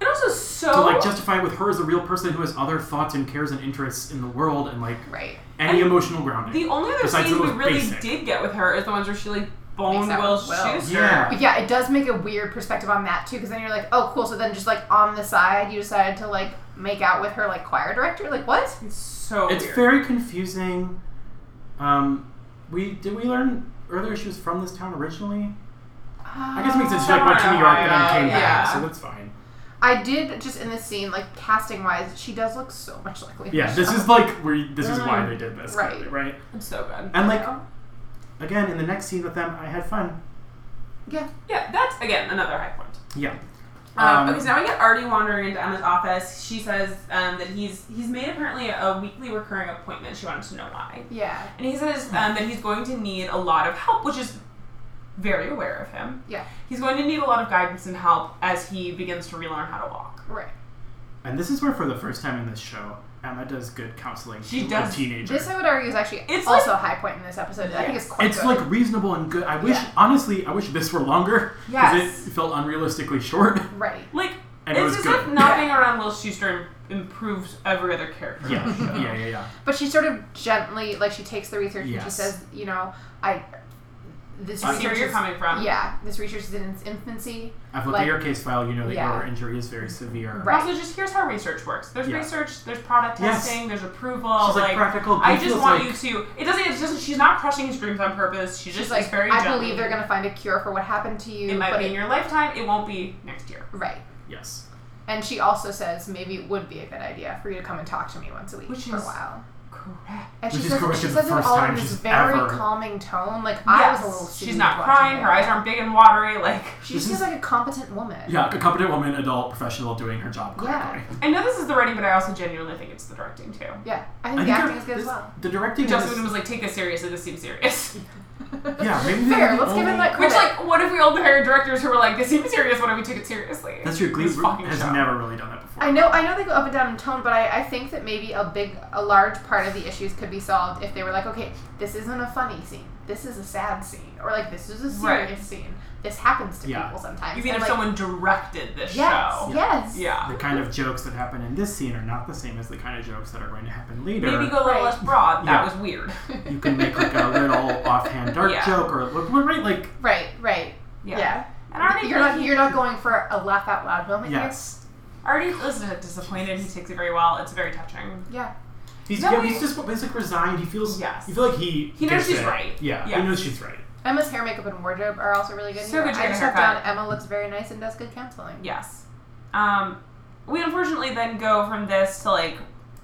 And also so
To like justify it with her as a real person who has other thoughts and cares and interests in the world and like
right.
any
And
emotional grounding.
The only other
Besides
scenes
the
we
most
really
basic.
did get with her is the ones where she like boned
Makes out
Will
with Will.
Schuster.
Yeah.
But yeah, it does make a weird perspective on that too, because then you're like, oh, cool. So then, just like on the side, you decided to like make out with her like choir director. Like what?
It's so
it's
weird.
very confusing. Um, we did we learn earlier she was from this town originally. I guess it makes sense. She like went to New York and then came
Uh, Yeah.
back, so that's fine.
Ah. I did just in this scene, like casting wise, she does look so much like Leah
Yeah, this
Michele.
is like we. This is why they did this,
Right.
clearly, Right.
It's so good.
And like again in the next scene with them, I had fun.
yeah.
yeah, that's again another high point.
Yeah.
Um,
Um,
okay, so now we get Artie wandering into Emma's office. She says um, that he's he's made apparently a weekly recurring appointment. She wanted to know why,
Yeah.
and he says um,
Hmm.
that he's going to need a lot of help, which is very aware of him.
Yeah.
He's going to need a lot of guidance and help as he begins to relearn how to walk.
Right.
And this is where, for the first time in this show, Emma does good counseling.
She
to
does.
A teenager.
This I would argue is actually
It's
also a high point in this episode. I think it's quite.
it's
good.
like reasonable and good. I wish,
Yeah.
honestly, I wish this were longer because
Yes.
it felt unrealistically short.
right.
Like
And it
it's
was
as
good.
if not being around Will Schuster improves every other character.
Yeah, yeah, yeah, yeah.
But she sort of gently, like, she takes the research and she
Yes.
says, you know, I. This
I see
research
where you're
is-
coming from.
Yeah, this research is in its infancy.
I've looked
Like-
at your case file. You know that
Yeah.
your injury is very severe.
Right.
Also, just here's how research works. There's
Yeah.
research, there's product
Yes.
testing, there's approval.
She's like, practical.
I
goof
just
was
want
like-
you to. It doesn't. It's just she's not crushing his dreams on purpose. She just
She's
is
like,
very.
I
gentle.
believe they're going to find a cure for what happened to you.
It might
but
be in your lifetime. It won't be next year.
Right.
Yes.
And she also says maybe it would be a good idea for you to come and talk to me once a week
Which
for a
is-
while.
Correct.
And
Which
she
is
says,
correct
she
for the
says it
first
all in
time
this
she's
very
ever-
calming tone. Like I
Yes.
was a little.
she's
soothed
not
watching
crying. Her eyes aren't big and watery. Like
She
This
seems
is-
like a competent woman.
Yeah, a competent woman, adult, professional, doing her job correctly.
I know this is the writing, but I also genuinely think it's the directing too.
Yeah. I think
I
the
think
acting is good
this-
as well.
The directing
Justin
is,
was like, take this seriously. This seems serious.
yeah, maybe they're
Fair.
the
Let's give
only-
him that
Which,
credit.
like, what if we all hired directors who were like, this seems serious, why don't we take it seriously?
That's true. Glee
This fucking
has
show.
never really done that before.
I know, I know they go up and down in tone, but I, I think that maybe a big, a large part of the issues could be solved if they were like, okay, this isn't a funny scene, this is a sad scene, or like this is a serious
Right.
scene. This happens to
Yeah.
people sometimes.
You mean
And,
if
like,
someone directed this
Yes,
show?
yes,
The
Yeah.
kind of jokes that happen in this scene are not the same as the kind of jokes that are going to happen later.
Maybe go a
Right.
little less broad. That
Yeah.
was weird.
you can make like a little offhand dark
Yeah.
joke or we're right like
Right, right. Yeah.
Yeah. And Artie,
You're not, you're not going for a laugh out loud moment
yes
Artie is disappointed. He takes it very well. It's very touching.
here. Yeah.
he's
No,
yeah,
we-
he's just basically resigned he feels
Yes.
you feel like he
He knows
gets
she's
it.
right.
yeah, he
Yeah.
knows she's right
Emma's hair, makeup, and wardrobe are also really good.
So
here.
good she
I
had a
just wrote down
haircut.
Emma looks very nice and does good counseling.
Yes. Um, we unfortunately then go from this to, like,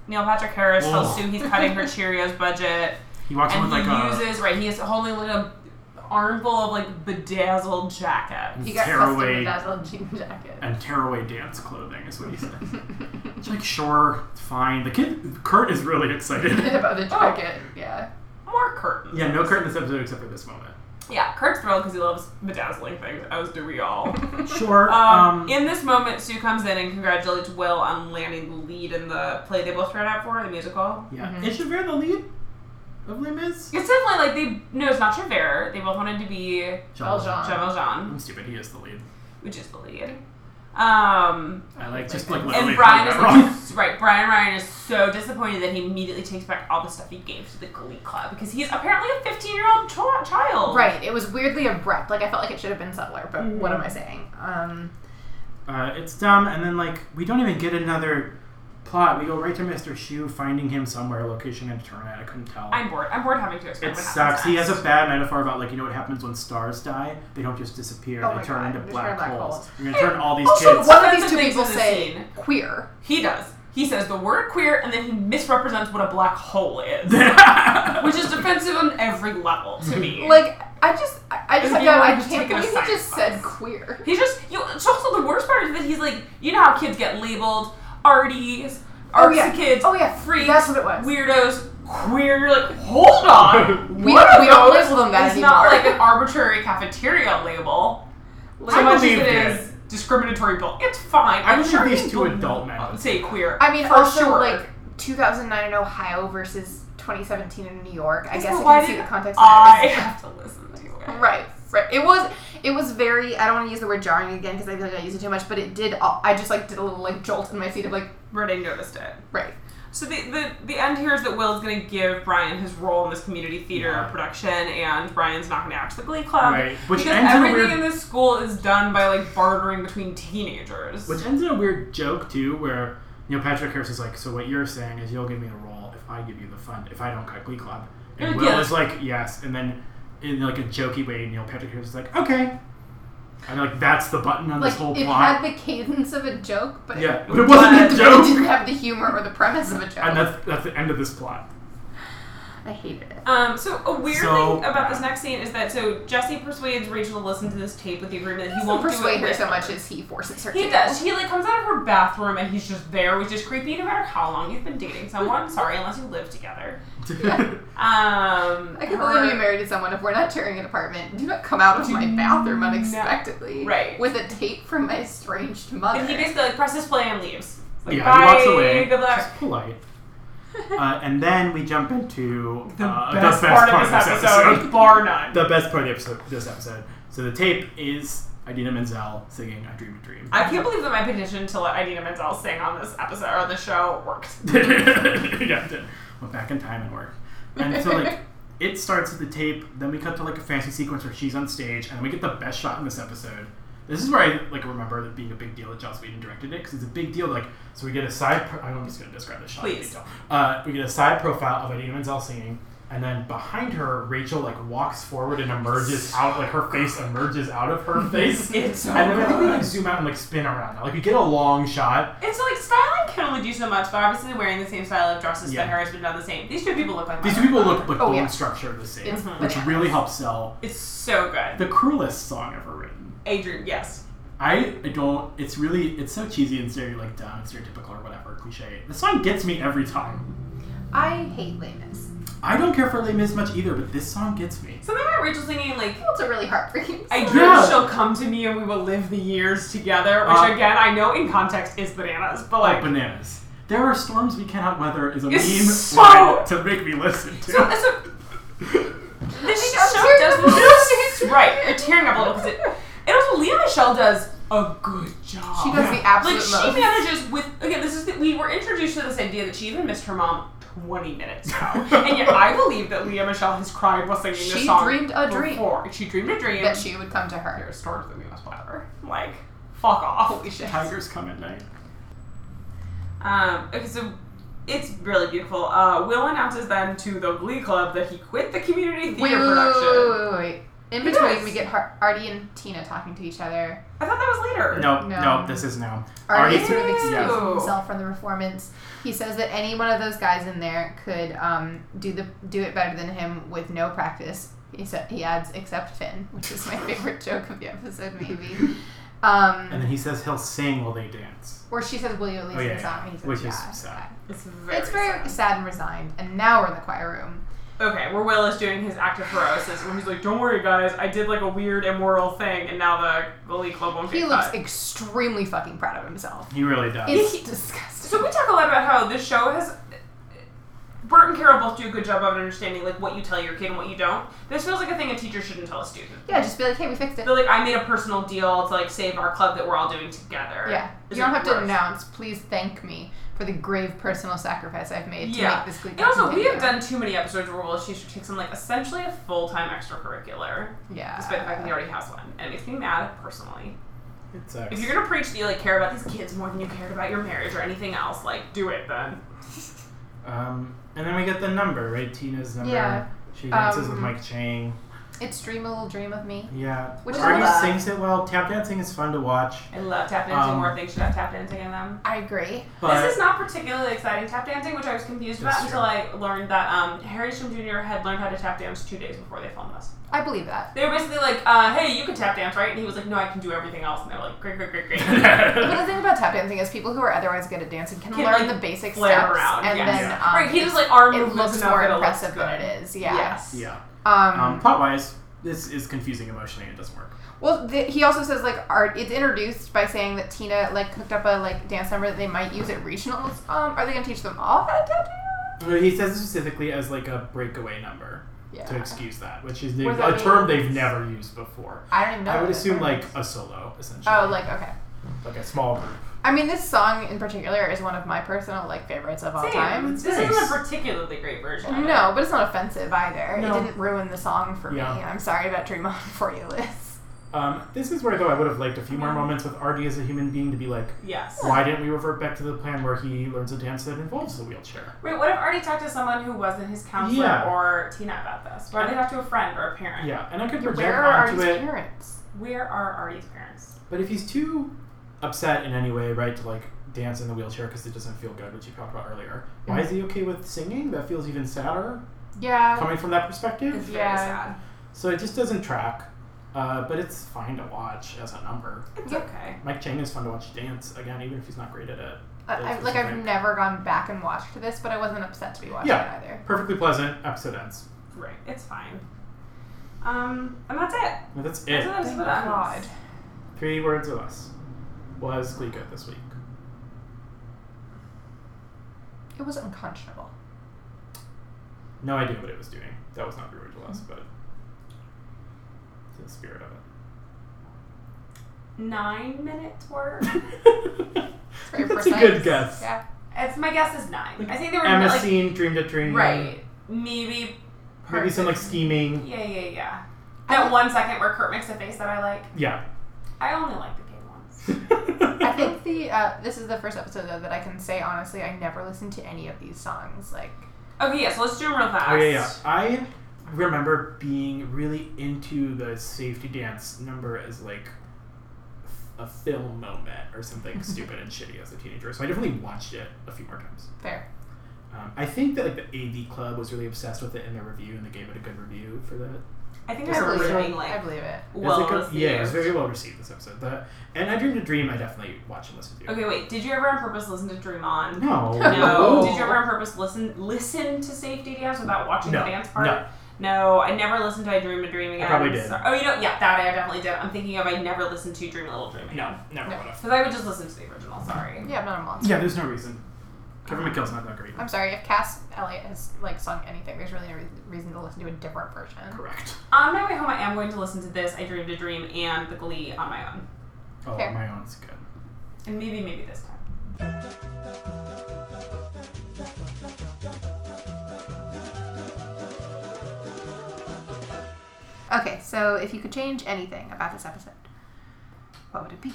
Neil Patrick Harris tells
Oh.
Sue he's cutting her Cheerios budget.
he walks in
and
with
he
like uh, a
uses, right, he is holding, like, a armful of, like, bedazzled jackets.
He got
Tearaway.
custom bedazzled jean jacket.
and tearaway dance clothing is what he says it's like sure fine the kid Kurt is really excited
about
Oh.
the jacket, yeah.
More curtains.
yeah no Kurt in this episode except for this moment
Yeah, Kurt's thrilled because he loves bedazzling things, as do we all.
sure
Um,
um,
in this moment, Sue comes in and congratulates Will on landing the lead in the play they both tried out for, the musical.
yeah is Javert the lead of Les Mis
It's definitely like they no, it's not Javert. They both wanted to be
Jean
Valjean.
Jean Valjean,
I'm stupid he is the lead
which is the lead. Um,
I like just like literally
and Brian
heard
is
that wrong.
like, right. Brian Ryan is so disappointed that he immediately takes back all the stuff he gave to the Glee Club because he's apparently a 15 year old ch- child.
Right. It was weirdly abrupt. Like I felt like it should have been subtler, but
Mm-hmm.
what am I saying? Um,
Uh, it's dumb, and then like we don't even get another plot. We go right to Mr. Shu finding him somewhere, location and turn at. I couldn't tell.
I'm bored. I'm bored having to explain
it
what
sucks.
happens
He has
next.
a bad metaphor about like you know what happens when stars die? They don't just disappear.
Oh my
they turn
God,
into
they
black,
turn black
holes.
holes.
You're gonna turn all these
also,
kids.
one of
That's
these two
the thing
people
to the
say
scene.
queer.
He does. He says the word queer and then he misrepresents what a black hole is,
Which
which is offensive on every level to me.
Like, I just, I, I just have
It'd be
to, I
like just
can't
taking a
believe he
science
just
class.
said queer.
He just, you, it's also the worst part is that he's like, you know how kids get labeled arties,
Oh,
artsy
yeah.
kids,
Oh, yeah.
freaks,
That's what it was.
weirdos, queer. You're like, hold on,
We
one
don't-
of
we don't
those
label them that
is not
anymore.
like an arbitrary cafeteria label.
I
so much as
believe
it
it.
is discriminatory bull. It's fine.
I
I'm
believe
sure
these
he
two
wouldn't
adult men.
Say queer.
I mean,
for
also
sure.
like 2009 in Ohio versus 2017 in New York. I
So
guess I
why
can see
did
the context.
I
matters.
have to listen to it.
Right, right. It was it was very. I don't want to use the word jarring again because I feel like I use it too much. But it did. I just like did a little like jolt in my seat of like
Renee noticed it.
right.
So the, the the end here is that Will is going to give Brian his role in this community theater
Yeah.
production, and Brian's not going to act the Glee Club
Right. Which
because
ends in a
everything
weird-
in this school is done by like bartering between teenagers.
ends in a weird joke too, where you know Patrick Harris is like, "So what you're saying is you'll give me the role if I give you the fund if I don't cut Glee Club," and
Yeah,
Will
yeah.
is like, "Yes," and then in like a jokey way, Neil Patrick Harris is like, "Okay," and like that's the button on
Like
this whole
it
plot.
had the cadence of a joke, but
yeah,
it,
but it wasn't a
But-
but it
joke,
didn't have the humor or the premise of a joke.
and that's that's the end of this plot.
I hated it.
Um, so a weird
So-
thing about this next scene is that so Jesse persuades Rachel to listen to this tape with the agreement that he
He won't
won't do it
persuade her
with
so
her.
much as he forces her.
He
to.
does. He like comes out of her bathroom and he's just there, which is creepy no matter how long you've been dating someone. Sorry, unless you live together. Um,
I can
her-
believe you're married to someone if we're not sharing an apartment. Do not come out of my bathroom unexpectedly.
Right.
With a tape from my estranged mother.
And he basically like presses play and leaves. It's Like,
yeah, he
Bye,
walks away.
Good luck.
Just polite. Uh, and then we jump into
the,
uh,
best
the
part of this episode, bar none.
the best part of the episode, this episode. So the tape is Idina Menzel singing "I Dream a Dream."
I can't believe that my petition to let Idina Menzel sing on this episode or the show worked.
yeah, it did. went back in time and worked. And so like it starts with the tape, then we cut to like a fancy sequence where she's on stage, and then we get the best shot in this episode. This is where I like remember it being a big deal that Joss Whedon directed it because it's a big deal. Like, so we get a side. Pro- I'm just gonna describe this shot in
Please.
detail. Uh, we get a side profile of Idina Menzel singing, and then behind her, Rachel like walks forward and emerges out. Like her face emerges out of her face.
It's so
and then I think we
good.
like zoom out and like spin around. Like we get a long shot,
It's like styling can only do so much, but obviously wearing the same style of dresses,
Yeah.
the hair has been done the same. These two people look like
These two
mother
people
and
look
daughter.
like
Oh,
bone
yeah.
structure of the same,
It's
which
bananas.
really helps sell
It's so good.
the cruelest song ever written.
Adrian, yes.
I, I don't. It's really it's so cheesy and stereo like dumb and stereotypical or whatever cliche. The song gets me every time.
I hate lameness.
I don't care for Les Mis much either, but this song gets me.
Something about Rachel singing like
Well, it's a really heartbreaking.
I
song.
dream
Yeah.
she'll come to me and we will live the years together, which
Uh,
again I know in context is bananas, but
Like
like
bananas. There are storms we cannot weather is a
It's
meme
so-
line to make me listen to.
So, so
I'm
this show
tearing
does
up
this.
a little bit.
right, you're tearing up a little because it. And also, Leah Michelle does a good job.
She does the absolute
like
most.
she manages with. Okay, this is the, we were introduced to this idea that she even missed her mom. 20 minutes ago. and yet I believe that Leah Michelle has cried while singing this
She
song.
dreamed a dream.
Before. She dreamed a dream.
that she would come to
there
her.
are storms that we must weather. Like, fuck off.
Holy shit.
Tigers come at night.
Um, okay, so it's really beautiful. Uh, Will announces then to the Glee Club that he quit the community
Wait, wait,
theater
wait,
production.
wait, wait, wait. In
He
between,
does.
we get Har- Artie and Tina talking to each other.
I thought that was later.
No, no,
No.
this is now.
Artie
Artie's-
sort of excuses
yeah.
Ooh.
himself from the performance. He says that any one of those guys in there could um, do the do it better than him with no practice. He sa- he adds, except Finn, which is my favorite joke of the episode, maybe.
And
Um,
then he says he'll sing while they dance.
or she says, "Will you at least
Oh, yeah,
sing a song?" And he says,
which is
yeah,
sad.
It's very.
It's very sad.
sad.
and resigned. And now we're in the choir room.
Okay, where Will is doing his act of heroisis, where he's like, "Don't worry, guys, I did like a weird immoral thing, and now the the Glee Club won't
He
get
looks
cut."
extremely fucking proud of himself.
He really does.
It's
He-
disgusting.
so we talk a lot about how this show has. Bert and Carol both do a good job of understanding like what you tell your kid and what you don't. This feels like a thing a teacher shouldn't tell a student.
Yeah, just be like, hey, we fixed it.
feel like I made a personal deal to like save our club that we're all doing together.
Yeah.
It's,
you don't
like,
have to
gross.
announce. Please thank me for the grave personal sacrifice I've made to
Yeah.
make this glee.
And also,
Club
we have
continue."
done too many episodes where Will Schuster takes on like essentially a full time extracurricular,
Yeah.
despite the fact that he already has one, and it makes me mad personally.
It sucks.
If you're gonna preach that you like care about these kids more than you cared about your marriage or anything else, like do it then.
Um, and then we get the number, right? Tina's number.
Yeah.
She dances with
Um,
Mike Chang.
It's Dream a Little Dream of Me.
Yeah.
Which is
Artie
love.
sings it well. Tap dancing is fun to watch.
I love tap dancing.
Um,
More things should have tap dancing in them.
I agree.
But
this is not particularly exciting tap dancing, which I was confused about
That's
until I learned that um, Harry Shum Jr. had learned how to tap dance two days before they filmed this.
I believe that.
They were basically like, uh, "Hey, you can tap dance, right?" And he was like, "No, I can do everything else." And they were like, "Great, great, great, great."
But the thing about tap dancing is people who are otherwise good at dancing can,
Can,
learn
like,
the basic
flare
steps
around,
and
yes.
then
Yeah.
um,
right, he was like, "Arm
it
movements
looks
enough
more
that it looks
impressive than
good.
it is. Yeah.
Yes.
yeah.
Um,
Um, plot wise, this is confusing emotionally. It doesn't work.
Well, th he also says like art. It's introduced by saying that Tina like cooked up a like dance number that they might use at regionals. Um, are they gonna teach them all how to tap dance?
But He says it specifically as like a breakaway number to
Yeah.
excuse that, which is the,
What
a
does that
term
mean?
they've never used before.
I don't even know.
I
what
would
this
assume
term
like
is.
a solo, essentially.
Oh, like okay.
like a small group.
I mean, this song in particular is one of my personal like favorites of all
Same.
time.
This isn't a
Nice.
particularly great version. of it.
No, but it's not offensive either.
No.
It didn't ruin the song for
Yeah.
me. I'm sorry about Dream On for you, Liz.
Um, this is where though I would have liked a few
Mm-hmm.
more moments with Artie as a human being to be like,
Yes.
why didn't we revert back to the plan where he learns a dance that involves the wheelchair?
Wait, what if Artie talked to someone who wasn't his counselor
Yeah.
or Tina about this? Why did he talk to a friend or a parent?
Yeah, and I could project
Where are
onto
his
it.
parents?
Where are Artie's parents?
But if he's too upset in any way, right, to like dance in the wheelchair because it doesn't feel good, which you talked about earlier, why is he okay with singing? That feels even sadder
Yeah.
coming from that
It's
perspective.
very
Yeah.
sad.
So it just doesn't track. Uh, but it's fine to watch as a number.
It's
Yeah.
okay.
Mike Chang is fun to watch dance again, even if he's not great at it.
I,
It's
I,
just
like I've
like-
never gone back and watched this, but I wasn't upset to be watching
Yeah.
it either.
Perfectly pleasant episode ends.
Right. It's fine. Um, and that's it.
Well, that's
That's
it.
what I was
Thank
put on.
God.
Three words or less. Was Glee good this week?
It was unconscionable.
No idea what it was doing. That was not three words or less, but the spirit of it.
Nine minutes were.
It's very
That's a
precise.
good guess.
Yeah.
it's my guess is nine. I think there were
Emma
like
scene, dreamed a dream.
right. Maybe.
Maybe some like
person-
scheming.
Yeah, yeah, yeah.
I
That
like-
one second where Kurt makes a face that I like.
Yeah.
I only like the game once.
I think the uh, this is the first episode though that I can say honestly I never listened to any of these songs. Like
Okay, yeah. So let's do them real fast.
Oh yeah, yeah. I remember being really into the safety dance number as like a film moment or something stupid and shitty as a teenager. So I definitely watched it a few more times.
fair.
Um, I think that like the AV Club was really obsessed with it in their review, and they gave it a good review for that.
I think
Is
I
it
remember
really-
being
I
like,
believe it.
It was,
well,
like, a-
let's see
yeah, it was
if-
very well received this epised. The, and I Dreamed a Dream, I definitely watch and listen to.
Okay, wait. Did you ever on purpose listen to Dream On?
No.
No.
No.
Did you ever on purpose listen listen to Safe DDS without watching
No.
the dance part?
No.
No, I never listened to I Dream a Dream again.
probably did.
So- oh, you know, yeah, that I definitely did. I'm thinking of I never listened to Dream a Little Dream again.
No, never
No.
would have.
Because I would just listen to the original, sorry.
Yeah, I'm not a monster.
Yeah, there's no reason. Kevin McKill's not that great.
I'm sorry if Cass Elliot has like sung anything. There's really no re- reason to listen to a different version.
Correct.
On my way home, I am going to listen to this, I Dreamed a Dream, and the Glee on my own.
Oh,
Fair.
my own's good.
And maybe, maybe this time.
Okay, so if you could change anything about this episode, what would it be?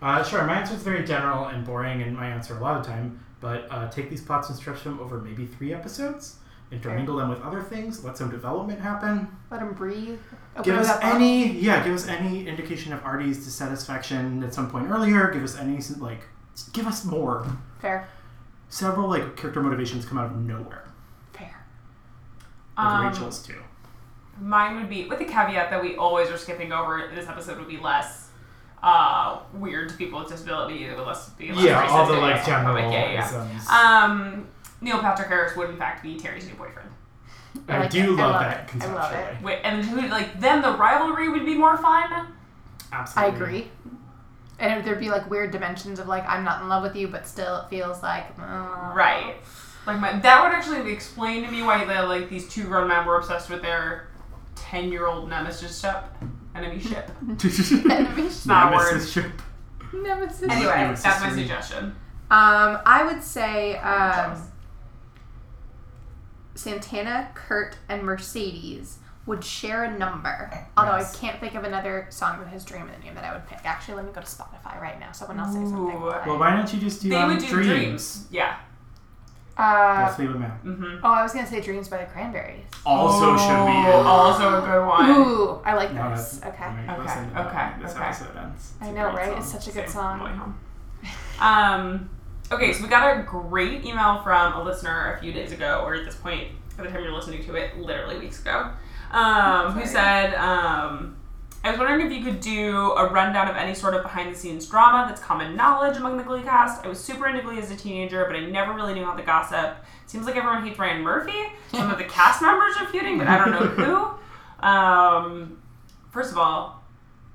Uh, sure, my answer is very general and boring, and my answer a lot of time. But uh, take these plots and stretch them over maybe three episodes, intermingle them with other things, let some development happen.
Let him breathe. Open
Give
it
us
up.
any, yeah, give us any indication of Artie's dissatisfaction at some point earlier. Give us any, like, give us more.
Fair.
Several like character motivations come out of nowhere,
Fair.
like
Um,
Rachel's too.
Mine would be, with the caveat that we always are skipping over, this episode would be less uh, weird to people with disabilities. It would less be less racist and homophobic. Yeah, yeah. Um, Neil Patrick Harris would in fact be Terry's new boyfriend.
I,
I like
do
it. I
love
love
that
it. I
conceptually.
love it.
Wait, and who, like then the rivalry would be more fun.
I
Absolutely.
agree. And it- there'd be like weird dimensions of like I'm not in love with you, but still it feels like uh,
Right. Like my, that would actually explain to me why the, like these two grown men were obsessed with their ten year old nemesis ship, enemy ship.
Enemy
Nemesis
not a word.
ship.
nemesis.
Yeah,
Anyway,
it's
that's
just
my
really-
suggestion.
Um, I would say um, Santana, Kurt, and Mercedes would share a number. Although
Yes.
I can't think of another song with his dream in the name that I would pick. Actually, let me go to Spotify right now. Someone else say something.
Ooh.
while I-
Well, why don't you just do
They
um,
would do
dreams?
dreams. Yeah.
Uh,
That's Fleetwood Mac.
Mm-hmm.
oh, I was gonna say Dreams by the Cranberries.
Also should be in.
Oh, also a good one.
Ooh, I like
No,
this.
that's-
Oh, Okay.
all right,
Okay,
listen to that
okay,
when This
okay.
episode ends.
I
a
know,
great
right?
song.
It's such a good
Same.
song.
Way home. Um, okay, so we got a great email from a listener a few days ago, or at this point, by the time you're listening to it, literally weeks ago, um, who
Sorry.
said, um, I was wondering if you could do a rundown of any sort of behind the scenes drama that's common knowledge among the Glee cast. I was super into Glee as a teenager, but I never really knew how the gossip. Seems like everyone hates Ryan Murphy. Some of the cast members are feuding, but I don't know who. Um, first of all,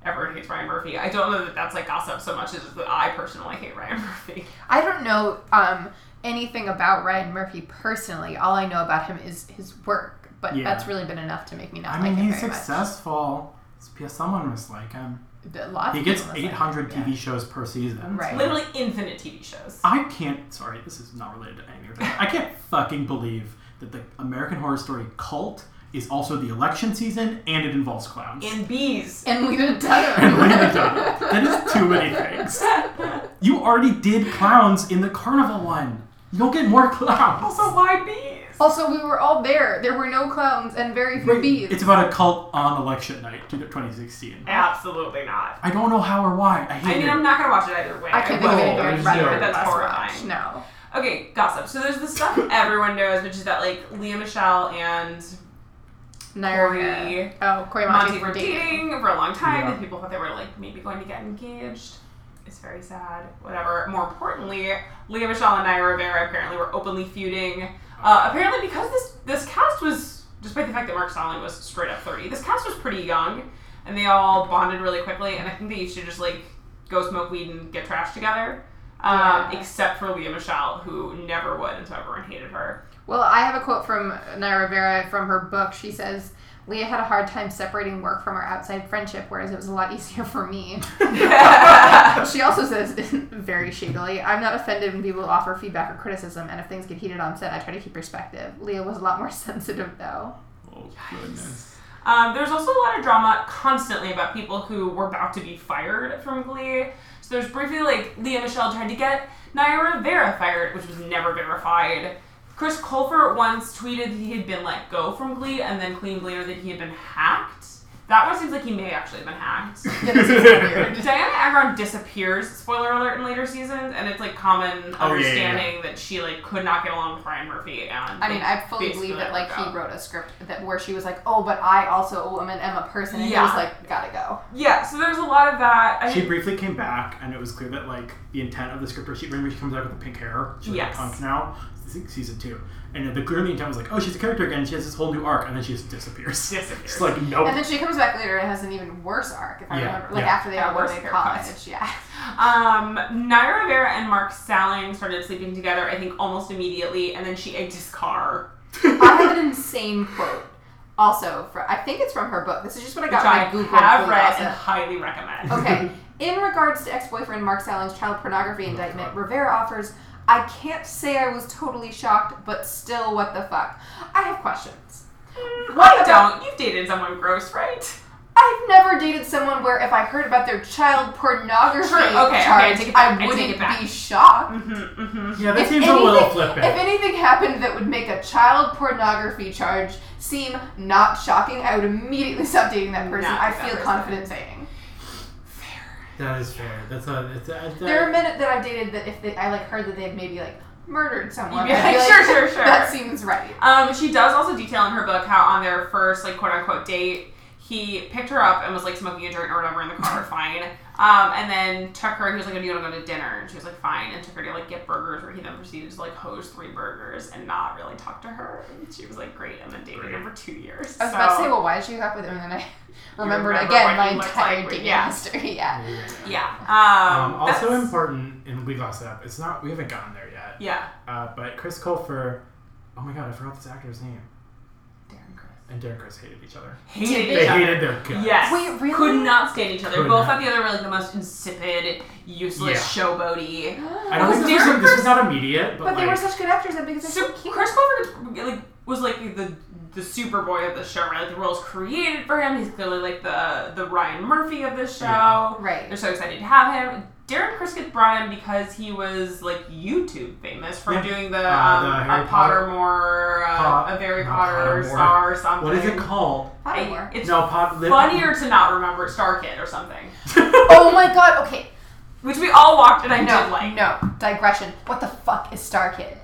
everyone hates Ryan Murphy. I don't know that that's like gossip so much as just that I personally hate Ryan Murphy.
I don't know um, anything about Ryan Murphy personally. All I know about him is his work, but
Yeah.
that's really been enough to make me not
I
like
mean,
him
he's
very
successful. It's because someone must like him.
much. But Lots
He
of
gets
people must like him,
800
yeah.
TV shows per season.
Right.
so-
Literally infinite TV shows.
Uh-huh.
I can't. Sorry, this is not related to anything. I can't fucking believe that the American Horror Story cult is also the election season and it involves clowns.
And bees.
And Lena Dunham.
And Lena Dunham. That is too many things. You already did clowns in the carnival one. You don't get more clowns.
Also, why bees?
Also, we were all there. There were no clowns and very few bees.
It's about a cult on election night, 2016.
Absolutely not.
I don't know how or why. I hate
I mean,
it.
I'm not gonna watch it either way.
I couldn't
will,
think of
Oh,
anything I'd
there's
rather
no-
or
that's
less watch.
horrifying.
No.
Okay, gossip. So there's the stuff everyone knows, which is that like Leah Michelle and
Naira. Oh, Cory
Monty
Monty
were
for
dating for a long time,
Yeah.
and people thought they were like maybe going to get engaged. It's very sad. Whatever. More importantly, Leah Michelle and Naya Rivera apparently were openly feuding. Uh, apparently, because this this cast was, despite the fact that Mark Stalling was straight up thirty, this cast was pretty young, and they all bonded really quickly. And I think they used to just like go smoke weed and get trash together. Um,
Yeah.
Except for Leah Michelle, who never would, and so everyone hated her.
Well, I have a quote from Naira Rivera from her book. She says, Leah had a hard time separating work from her outside friendship, whereas it was a lot easier for me. she also says, very shadily, I'm not offended when people offer feedback or criticism, and if things get heated on set, I try to keep perspective. Leah was a lot more sensitive, though.
Oh, goodness.
Um, there's also a lot of drama constantly about people who were about to be fired from Glee. So there's briefly like Leah Michelle tried to get Naya Rivera fired, which was never verified. Chris Colfer once tweeted he had been let go from Glee and then claimed later that he had been hacked. That one seems like he may actually have been hacked.
Yeah, this is weird.
Diana Agron disappears, spoiler alert, in later seasons, and it's like common
Oh, yeah, yeah, yeah.
understanding that she like could not get along with Ryan Murphy and
I mean,
they
I fully
basically
believe
let
that
her
like
go.
he wrote a script that where she was like, "Oh, but I also a woman am a person," and
Yeah.
he was like, "Gotta go."
Yeah, so there's a lot of that. I
She
mean,
briefly came back, and it was clear that like the intent of the script was she remember she comes back with the pink hair, she's like
Yes.
a punk now, This is season two, and the clearly intent was like, oh, she's a character again, she has this whole new arc, and then she just disappears.
Disappears.
She's like, nope.
And then she comes back later and has an even worse arc, if I
Yeah,
remember, like
yeah.
after they
And a
all went
worse
to
haircut.
college. Yeah,
Um, Naira Rivera and Mark Salling started sleeping together, I think, almost immediately, and then she egged his car.
I have an insane quote. Also, for, I think it's from her book. This is just what I
Which
got
I
my Google
have
Google
read
gossip.
and highly recommend.
Okay. In regards to ex-boyfriend Mark Salling's child pornography indictment, Rivera offers, "I can't say I was totally shocked, but still, what the fuck? I have questions."
Why
about-
don't? You've dated someone gross, right?
I've never dated someone where if I heard about their child pornography
True, okay, okay, I
charge,
take it
I
back, I
wouldn't
take it back.
be shocked.
yeah, that
If,
seems
anything,
a little flippant.
if anything happened that would make a child pornography charge seem not shocking, I would immediately stop dating that person.
Not
I
that
feel
person.
confident saying.
that is fair. That's not. It's, uh, that-
There are men that I've dated that if they, I like heard that they had maybe like murdered someone,
Yeah,
I'd be like,
sure, sure, sure.
That seems right.
Um, she does also detail in her book how on their first, like, quote unquote date, he picked her up and was like smoking a joint or whatever in the car, fine. Um, and then took her. He was like, "Do you want to go to dinner?" And she was like, "Fine." And took her to like get burgers, where he then proceeded to like hose three burgers and not really talk to her. And she was like, "Great," and then dated him for two years.
I was
so.
about to say, well, why did she hook up with him? And then I remembered
remember what
again my
he looked
entire
like,
dating
yeah.
history. Yeah.
Yeah.
Um,
Um,
also
that's-
important in We Gossip, it's not we haven't gotten there yet.
Yeah.
Uh, but Chris Colfer, oh my god, I forgot this actor's name. And Darren Chris hated each other.
Hated
They
each other.
hated their guts.
Yes.
Wait, really?
Could not stand each other.
Could
Both
not.
thought the other were like the most insipid, useless,
Yeah.
showboaty.
I don't
Was
think this
Darren
was, this was
Criss-
not immediate, but,
But they
like,
were such good actors, and because they're
So
so cute.
Chris Glover like was like the the Superboy of the show, right? Like the role's created for him. He's clearly like the the Ryan Murphy of the show.
Yeah.
Right.
They're so excited to have him. Darren Chris gets brought in because he was like YouTube famous for
Yeah.
doing the,
Uh, the
um,
Harry
a
Potter-
Pottermore, uh,
Pot-
a very
not
Potter
Pottermore.
star or something.
What is it called?
Pottermore. It's
No, pot. Lip-
funnier to not remember Star Kid or something,
Oh my god, okay.
which we all watched and I
No,
did like.
no. Digression. What the fuck is Star Kid?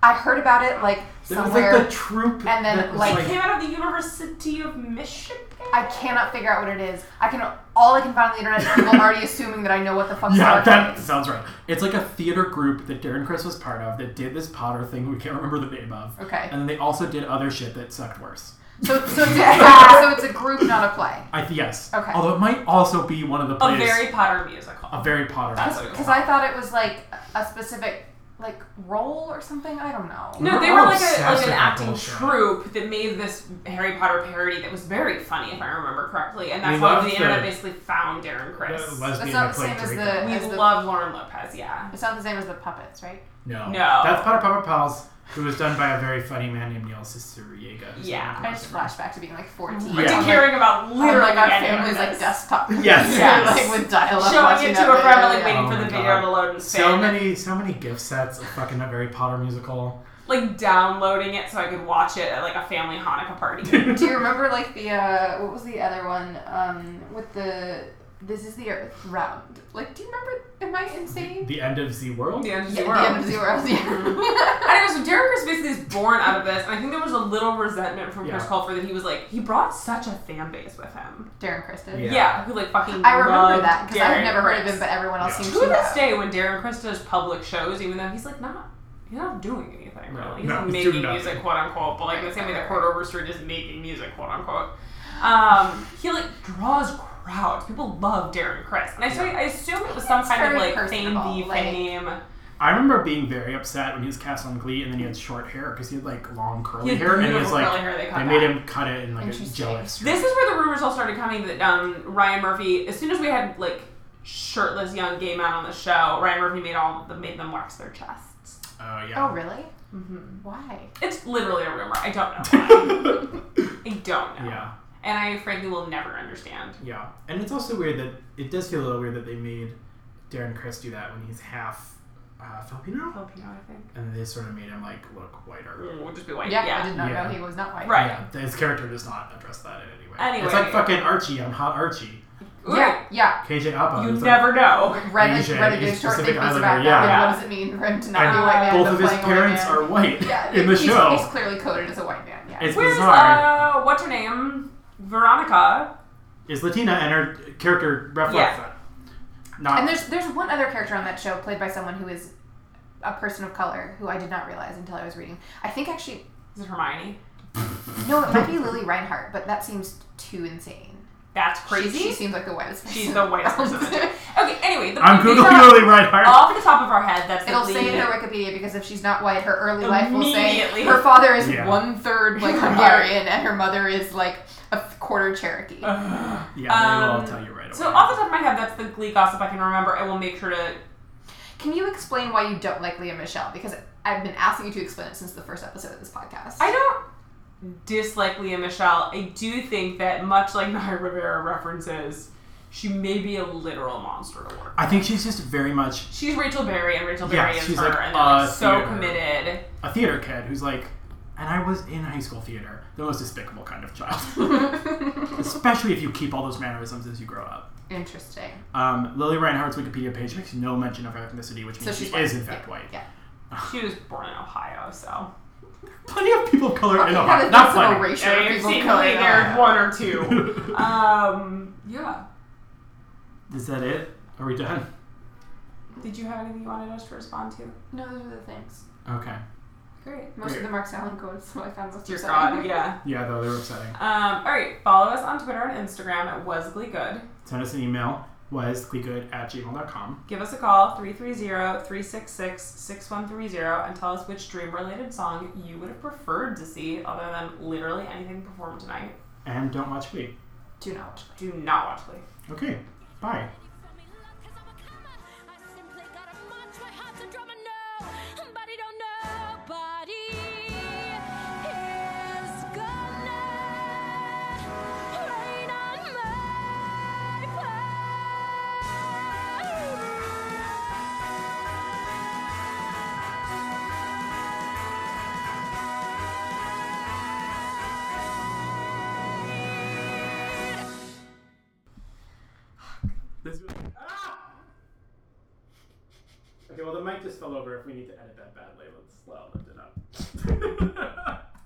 I heard about it like
It was like the
somewhere.
troop.
and then,
that was
like,
It came out of the University of Michigan.
I cannot figure out what it is. I can all I can find on the internet is people already assuming that I know what the fuck
Yeah,
Star Kid
that
is.
sounds right. It's like a theater group that Darren Chris was part of that did this Potter thing we can't remember the name of.
Okay.
And then they also did other shit that sucked worse.
So, so, it's a, so it's a group, not a play.
I th- yes.
Okay.
Although it might also be one of the
A
plays.
Harry Potter musical.
a very Potter.
That's what it was
Because I thought it was like a specific like role or something. I don't know.
No,
We're
they
all
were like, a,
obsessed
like an
with that
acting
bullshit.
troupe that made this Harry Potter parody that was very funny, if I remember correctly. And
We
that's how
loved
the internet
the-
basically found Darren Chris.
the
we
lesbian
not the
that
same
played
as
Draco.
the- As
love Lauren Lopez, yeah.
It's not the same as the puppets, right?
No.
No.
That's Potter Papa Pals, who was done by a very funny man named Neil Ciceriega.
Yeah.
I just flashback to being like 14.
Like,
Yeah.
to caring about
Like,
literally
like our
anything
family's
like
like
this.
desktop computer,
Yes.
like with dial-up.
Showing
watching
it
that
to a friend,
video,
like
yeah.
waiting
Oh
for the
my
video
God.
to load and
So
spin.
many, so many gift sets of fucking a Harry Potter musical.
Like downloading it so I could watch it at like a family Hanukkah party.
Do you remember like the uh, what was the other one um, with the this is the Earth round? Like, do you remember? Am I insane?
The end of Z World.
the end of the
yeah,
world.
the end of the world. Yeah.
I don't know, so Darren Chris basically is born out of this, and I think there was a little resentment from Chris
Yeah.
Colfer that he was like, he brought such a fan base with him.
Darren Kristen.
Yeah.
Yeah, who like fucking
I remember
loved
that because I've
Darren
never heard of
Criss.
him, but everyone else
Yeah.
seems
to
to
this
have.
day, when Darren Chris does public shows, even though he's like not, he's not doing anything
No,
really. He's
no,
not
he's
making
doing nothing.
music, quote unquote. But like the same way that Court Over Street is making music, quote unquote. Um, he like draws crowds. People love Darren Chris, and I, say- I assume it was some
It's
kind of
very
like fame
personable,
the
like-
fame.
I remember being very upset when he was cast on Glee, and then he had short hair because he had like long curly
He had
hair, and it was
beautiful
like
curly hair they cut
made
back.
him cut it in like a
Interesting.
jealous.
This is where the rumors all started coming that um, Ryan Murphy, as soon as we had like shirtless young gay men on the show, Ryan Murphy made all the, made them wax their chests.
Oh
Oh
yeah.
really?
hmm
Mm-hmm.
Why?
It's literally a rumor. I don't know. Why. I don't know.
Yeah.
And I frankly will never understand.
Yeah. And it's also weird that it does feel a little weird that they made Darren Chris do that when he's half uh, Filipino,
Filipino, I think.
and they sort of made him like look whiter.
We'll just be white.
Yeah,
Yeah.
I did not
Yeah.
know he was not white.
Right.
Yeah. His character does not address that in any way.
Anyway.
It's like fucking Archie. I'm hot Archie.
Ooh,
Yeah, yeah.
KJ
Oh,
Apa.
You
it's like-
never know.
Read a,
Asian,
read a good
Asian
short thing
Pacific
piece
Islander,
about
yeah.
that. Like,
Yeah.
what does it mean for him to not
And
be a
Oh,
white man?
both
but
of his
playing a white
parents
man?
are white
yeah,
in the
he's,
show.
He's clearly coded as a white man. Yeah.
It's
Where's
bizarre.
uh what's her name? Veronica.
is Latina, and her character reflects
Yeah.
that. Not
and there's there's one other character on that show played by someone who is a person of color who I did not realize until I was reading. I think actually
Is it Hermione?
no, it might be Lily Reinhart, but that seems too insane.
That's
She-
crazy.
She, seems like the whitest. Person
She's the whitest person. in the okay, anyway, the
I'm
point
googling
is,
really right hard.
off the top of our head, that's
It'll
the
say in
lead.
her Wikipedia because if she's not white, her early life will say
Immediately.
her father is
Yeah.
one third like Hungarian and her mother is like a quarter Cherokee.
Uh. Yeah, they will
Um,
all tell you right away.
So off the top of my head, that's the Glee gossip I can remember. I will make sure to.
Can you explain why you don't like Leah Michelle? Because I've been asking you to explain it since the first episode of this podcast.
I don't dislike Leah Michelle. I do think that much like Naya Rivera references, she may be a literal monster to work.
I think she's just very much
She's Rachel Berry, and Rachel
Yeah,
Berry is
she's
her,
like
and they're like
a
so
theater.
committed.
a theater kid who's like, and I was in high school theater, the most despicable kind of child. Especially if you keep all those mannerisms as you grow up.
Interesting.
Um, Lily Reinhardt's Wikipedia page makes no mention of her ethnicity, which means
So
she
she's
is
white.
in fact
Yeah,
white.
yeah.
She was born in Ohio, so
Plenty of people of color in
You've
Ohio.
got
Not
a
plenty.
racial people of color. in
there's
Ohio.
one or two. um, yeah.
Is that it? Are we done?
Did you have anything you wanted us to respond to?
No, those are the things.
Okay.
Great.
Most
Great.
of the Mark Allen quotes, so I found most
Dear
upsetting.
God, yeah.
Yeah, though they were upsetting.
Um, all right, follow us on Twitter and Instagram at wasgleegood.
Send us an email, wasgleegood at gmail.com.
Give us a call, 330-366-6130, and tell us which dream-related song you would have preferred to see other than literally anything performed tonight.
And don't watch Glee.
Do not watch
Do not watch Glee.
Okay. Bye.
Nobody don't nobody is good.
This ah! Okay, well the mic just fell over. If we need to edit that badly, let's well, lift it up.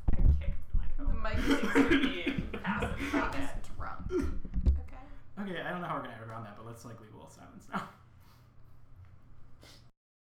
Kick the mic
The
over.
mic is
Being passive about it.
drunk. Okay.
okay, I don't know how we're gonna edit around that, but let's like leave a little silence now.